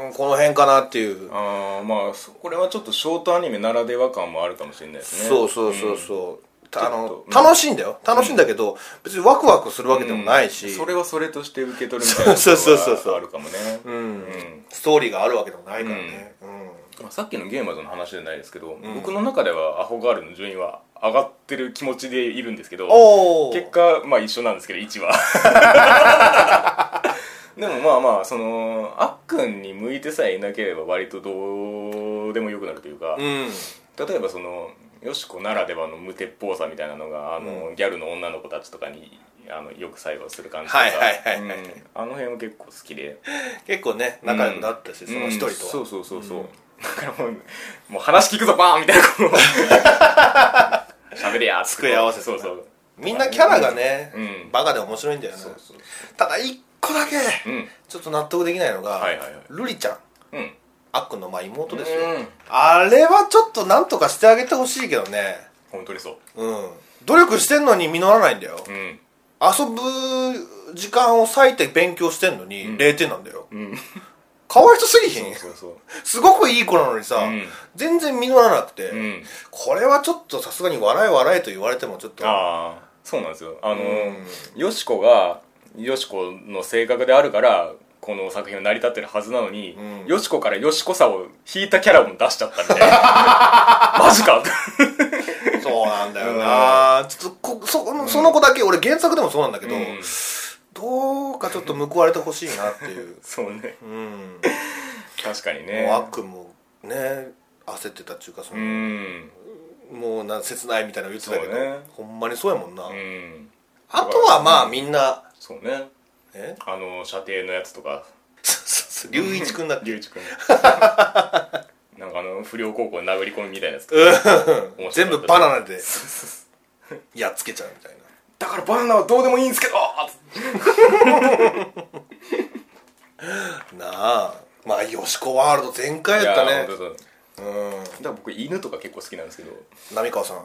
[SPEAKER 2] ーんこの辺かなっていう、
[SPEAKER 1] ああまあそこれはちょっとショートアニメならでは感もあるかもしれないですね
[SPEAKER 2] そうそうそうそう、たあ
[SPEAKER 1] ちょ
[SPEAKER 2] の
[SPEAKER 1] っとうん
[SPEAKER 2] 楽しいんだよ楽しいんだけど、別にワクワクするわけでもないし、
[SPEAKER 1] うんそれはそれとして受け取るみたいなこ
[SPEAKER 2] そうそうそうそう
[SPEAKER 1] とはあるかもねうん、
[SPEAKER 2] ストーリーがあるわけでもないからね、うん
[SPEAKER 1] まあさっきのゲーマーズの話じゃないですけど、僕の中ではアホガールの順位は上がってる気持ちでいるんですけど
[SPEAKER 2] おお
[SPEAKER 1] 結果まあ一緒なんですけど1は でもまあまあそのあっくんに向いてさえいなければ割とどうでもよくなるというか、
[SPEAKER 2] うん
[SPEAKER 1] 例えばそのよしこならではの無鉄砲さみたいなのがあの、ギャルの女の子たちとかにあのよく作用する感じとか、
[SPEAKER 2] はいはいはいはい
[SPEAKER 1] うんあの辺は結構好きで
[SPEAKER 2] 結構ね仲良くなったし、
[SPEAKER 1] うん
[SPEAKER 2] その一人と
[SPEAKER 1] う
[SPEAKER 2] は、
[SPEAKER 1] んそうそうそうそう、だからもうもう話聞くぞバーンみたいな こう喋れやつ
[SPEAKER 2] 机合わせて
[SPEAKER 1] そうそう
[SPEAKER 2] みんなキャラがね、
[SPEAKER 1] うん
[SPEAKER 2] バカで面白いんだよね
[SPEAKER 1] そうそう
[SPEAKER 2] ただ一個だけ
[SPEAKER 1] そううん
[SPEAKER 2] ちょっと納得できないのが、
[SPEAKER 1] はいはいはい
[SPEAKER 2] ルリちゃん
[SPEAKER 1] うん
[SPEAKER 2] あっくんのまあ妹ですよ、
[SPEAKER 1] うん
[SPEAKER 2] あれはちょっとなんとかしてあげてほしいけどね
[SPEAKER 1] 本当にそう
[SPEAKER 2] うん努力してんのに実らないんだよ、
[SPEAKER 1] うん
[SPEAKER 2] 遊ぶ時間を割いて勉強してんのに
[SPEAKER 1] ん
[SPEAKER 2] 0点なんだよ、
[SPEAKER 1] うん
[SPEAKER 2] かわいそうすぎひ
[SPEAKER 1] そ
[SPEAKER 2] ん
[SPEAKER 1] うそうそう
[SPEAKER 2] すごくいい子なのにさ、
[SPEAKER 1] うん
[SPEAKER 2] 全然実らなくて、
[SPEAKER 1] うん
[SPEAKER 2] これはちょっとさすがに笑え笑えと言われてもちょっと
[SPEAKER 1] ああそうなんですよあのよしこがよしこの性格であるからこの作品は成り立ってるはずなのに、
[SPEAKER 2] うん
[SPEAKER 1] よしこからよしこさを引いたキャラも出しちゃったみたいな マジか
[SPEAKER 2] そうなんだよな、ちょっとこそこのその子だけ俺原作でもそうなんだけど、
[SPEAKER 1] うん
[SPEAKER 2] どうかちょっと報われてほしいなっていう
[SPEAKER 1] そう ね
[SPEAKER 2] うん
[SPEAKER 1] 確かに
[SPEAKER 2] も
[SPEAKER 1] ね
[SPEAKER 2] うあっくんもね焦ってたっていうかそうの、
[SPEAKER 1] ん
[SPEAKER 2] もうな切ないみたいなの言ってたけど、
[SPEAKER 1] そうね
[SPEAKER 2] ほんまにそうやもんな、
[SPEAKER 1] うん
[SPEAKER 2] あとはまあみんな
[SPEAKER 1] そうね
[SPEAKER 2] え
[SPEAKER 1] あの射程のやつとか
[SPEAKER 2] 龍一くんだっけ
[SPEAKER 1] 龍一 君なんかあの不良高校の殴り込みみたいなやつ
[SPEAKER 2] うん 全部バナナでやっつけちゃうみたいな
[SPEAKER 1] だからバナナはどうでもいいんですけど
[SPEAKER 2] なあまあよしこワールド全開やった
[SPEAKER 1] いや
[SPEAKER 2] ね
[SPEAKER 1] 本当そう
[SPEAKER 2] うん
[SPEAKER 1] だから僕犬とか結構好きなんですけど
[SPEAKER 2] 浪川さん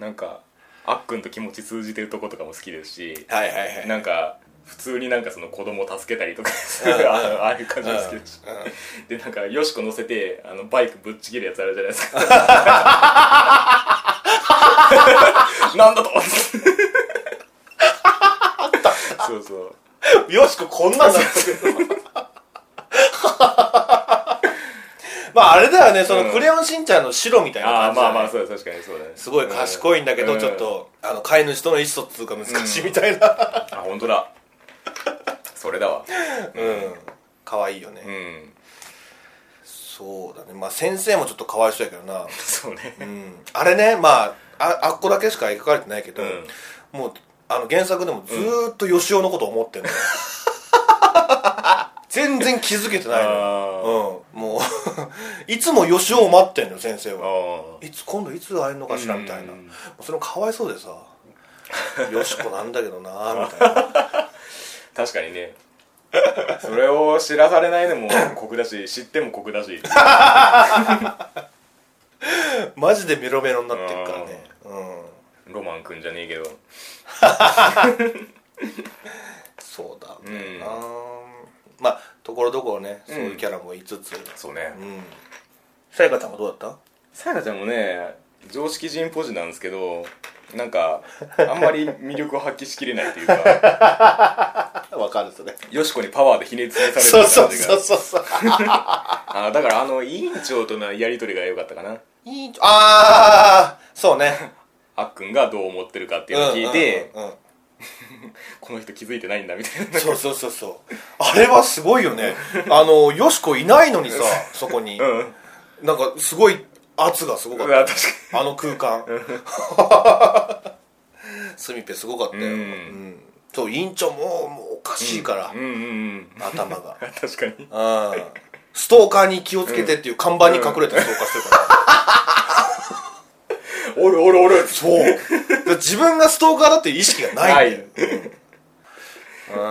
[SPEAKER 1] なんかあっくんと気持ち通じてるとことかも好きですし
[SPEAKER 2] はいはいはい
[SPEAKER 1] なんか普通になんかその子供を助けたりとか
[SPEAKER 2] ん
[SPEAKER 1] あのああいう感じも好きですしでなんかよしこ乗せてあのバイクぶっちぎるやつあるじゃないで すかなんだとそうそう
[SPEAKER 2] よしここんなんだったけど まああれだよねその「クレヨンしんちゃん」の白みたいな
[SPEAKER 1] ああ
[SPEAKER 2] 感じ
[SPEAKER 1] ま
[SPEAKER 2] だ
[SPEAKER 1] あ
[SPEAKER 2] ね
[SPEAKER 1] まあそうだ確かにそうだね
[SPEAKER 2] すごい賢いんだけど、
[SPEAKER 1] うん
[SPEAKER 2] ちょっとあの飼い主との意思疎通が難しいみたいな
[SPEAKER 1] あ本当だそれだわ
[SPEAKER 2] うん可愛いよね、
[SPEAKER 1] うん
[SPEAKER 2] そうだねまあ先生もちょっと可哀想やけどな、
[SPEAKER 1] そうね
[SPEAKER 2] うん、あれねまあああっこだけしか描かれてないけど、
[SPEAKER 1] うん
[SPEAKER 2] もうあの原作でもずーっとよしおのこと思ってんのよ 全然気づけてないのよ
[SPEAKER 1] あー
[SPEAKER 2] うん、 もういつもよしおを待ってんのよ先生は
[SPEAKER 1] あ
[SPEAKER 2] いつ今度いつ会えるのかしらみたいな
[SPEAKER 1] うん
[SPEAKER 2] もうそれもかわいそう でさよしこなんだけどなみたいな
[SPEAKER 1] ー 確かにね それを知らされないの も酷だし知っても酷だし
[SPEAKER 2] マジでメロメロになってるからねうん
[SPEAKER 1] ロマンくんじゃねえけど
[SPEAKER 2] そうだ
[SPEAKER 1] う
[SPEAKER 2] ね、
[SPEAKER 1] ん
[SPEAKER 2] あーまあところどころねそういうキャラもいつつ
[SPEAKER 1] そうね
[SPEAKER 2] うんさやかちゃんはどうだっ
[SPEAKER 1] さやかちゃんもね常識人ポジなんですけどなん かあんまり魅力を発揮しきれないというか
[SPEAKER 2] たわかるそれ
[SPEAKER 1] よしこにパワーでひねりつぶさ
[SPEAKER 2] そ
[SPEAKER 1] れ
[SPEAKER 2] う
[SPEAKER 1] る
[SPEAKER 2] そう
[SPEAKER 1] 感じ
[SPEAKER 2] そう
[SPEAKER 1] が
[SPEAKER 2] そう そう
[SPEAKER 1] あーだからあの委員長とのやり取りが良かったかない
[SPEAKER 2] いああそうね
[SPEAKER 1] あっくんがどう思ってるかっていうのを聞いて、
[SPEAKER 2] うんうんうん
[SPEAKER 1] この人気づいてないんだみたい
[SPEAKER 2] そうそうそうそうあれはすごいよねあのよしこいないの にさそこに、
[SPEAKER 1] なうん
[SPEAKER 2] なんかすごい圧がすごか
[SPEAKER 1] う
[SPEAKER 2] っ
[SPEAKER 1] わ確か
[SPEAKER 2] たあの空間 スミペすごかったよ、
[SPEAKER 1] うん
[SPEAKER 2] うんそう委員長ももうおかしいから、
[SPEAKER 1] にうんうんうん
[SPEAKER 2] 頭が
[SPEAKER 1] 確かに
[SPEAKER 2] うんストーカーに気をつけてっていう看板に隠れたストーカーしてるから、
[SPEAKER 1] おるおるおる
[SPEAKER 2] そうだから自分がストーカーだっていう意識がないんだよ、うんうんもう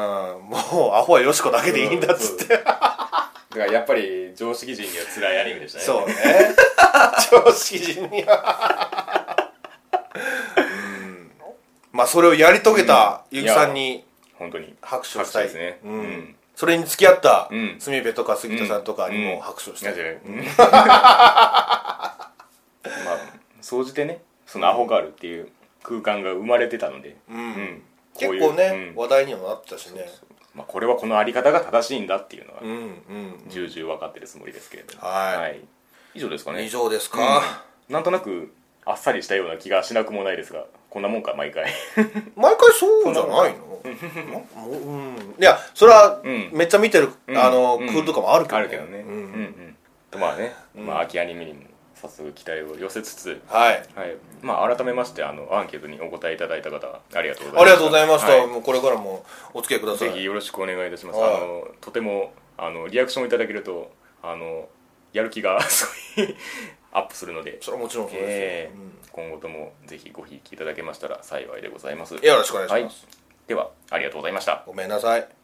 [SPEAKER 2] アホはよしこだけでいいんだっつって、
[SPEAKER 1] だからやっぱり常識人には辛いアニメでしたね
[SPEAKER 2] そうね常識人にはうんまあそれをやり遂げた
[SPEAKER 1] うん
[SPEAKER 2] ゆきさんに
[SPEAKER 1] 本当に
[SPEAKER 2] 拍手をしたい
[SPEAKER 1] 拍手ですね
[SPEAKER 2] うん
[SPEAKER 1] うん
[SPEAKER 2] それに付き合った
[SPEAKER 1] うん
[SPEAKER 2] すみべとか杉田さんとかにも拍手をしたい、
[SPEAKER 1] いや違ううん まあ総じてねそのアホガールっていう空間が生まれてたので、うんこうい
[SPEAKER 2] 結
[SPEAKER 1] う
[SPEAKER 2] 構
[SPEAKER 1] う
[SPEAKER 2] ね、
[SPEAKER 1] ん
[SPEAKER 2] 話題にもなってたしね
[SPEAKER 1] まあ、これはこのあり方が正しいんだっていうのは
[SPEAKER 2] うんうん
[SPEAKER 1] 重々分かってるつもりですけれども、
[SPEAKER 2] はい
[SPEAKER 1] 以上ですかね
[SPEAKER 2] 以上ですか、
[SPEAKER 1] なんとなくあっさりしたような気がしなくもないですがこんなもんか毎回
[SPEAKER 2] 毎回そうじゃないのなもううん いやそれは
[SPEAKER 1] うん
[SPEAKER 2] めっちゃ見てる、
[SPEAKER 1] ん
[SPEAKER 2] あの、
[SPEAKER 1] うん
[SPEAKER 2] クールとかもあるけど
[SPEAKER 1] あるけどね、
[SPEAKER 2] う
[SPEAKER 1] うん
[SPEAKER 2] ん
[SPEAKER 1] うんまあね、まあ、秋アニメにも早速期待を寄せつつ
[SPEAKER 2] はい
[SPEAKER 1] はいまあ、改めましてあのアンケートにお答えいただいた方ありがとうございました
[SPEAKER 2] ありがとうございました、
[SPEAKER 1] は
[SPEAKER 2] もうこれからもお付き合いくだ
[SPEAKER 1] い
[SPEAKER 2] さ
[SPEAKER 1] ぜひ
[SPEAKER 2] い
[SPEAKER 1] よろしくお願いいたします、
[SPEAKER 2] はい
[SPEAKER 1] あのとてもあのリアクションいただけるとあのやる気が すごいアップするので、
[SPEAKER 2] それはもちろんそうです
[SPEAKER 1] え
[SPEAKER 2] よ、
[SPEAKER 1] ー今後ともぜひごひいきいただけましたら幸いでございます
[SPEAKER 2] うんよろしくお願いします、
[SPEAKER 1] はい、ではありがとうございました
[SPEAKER 2] ごめんなさい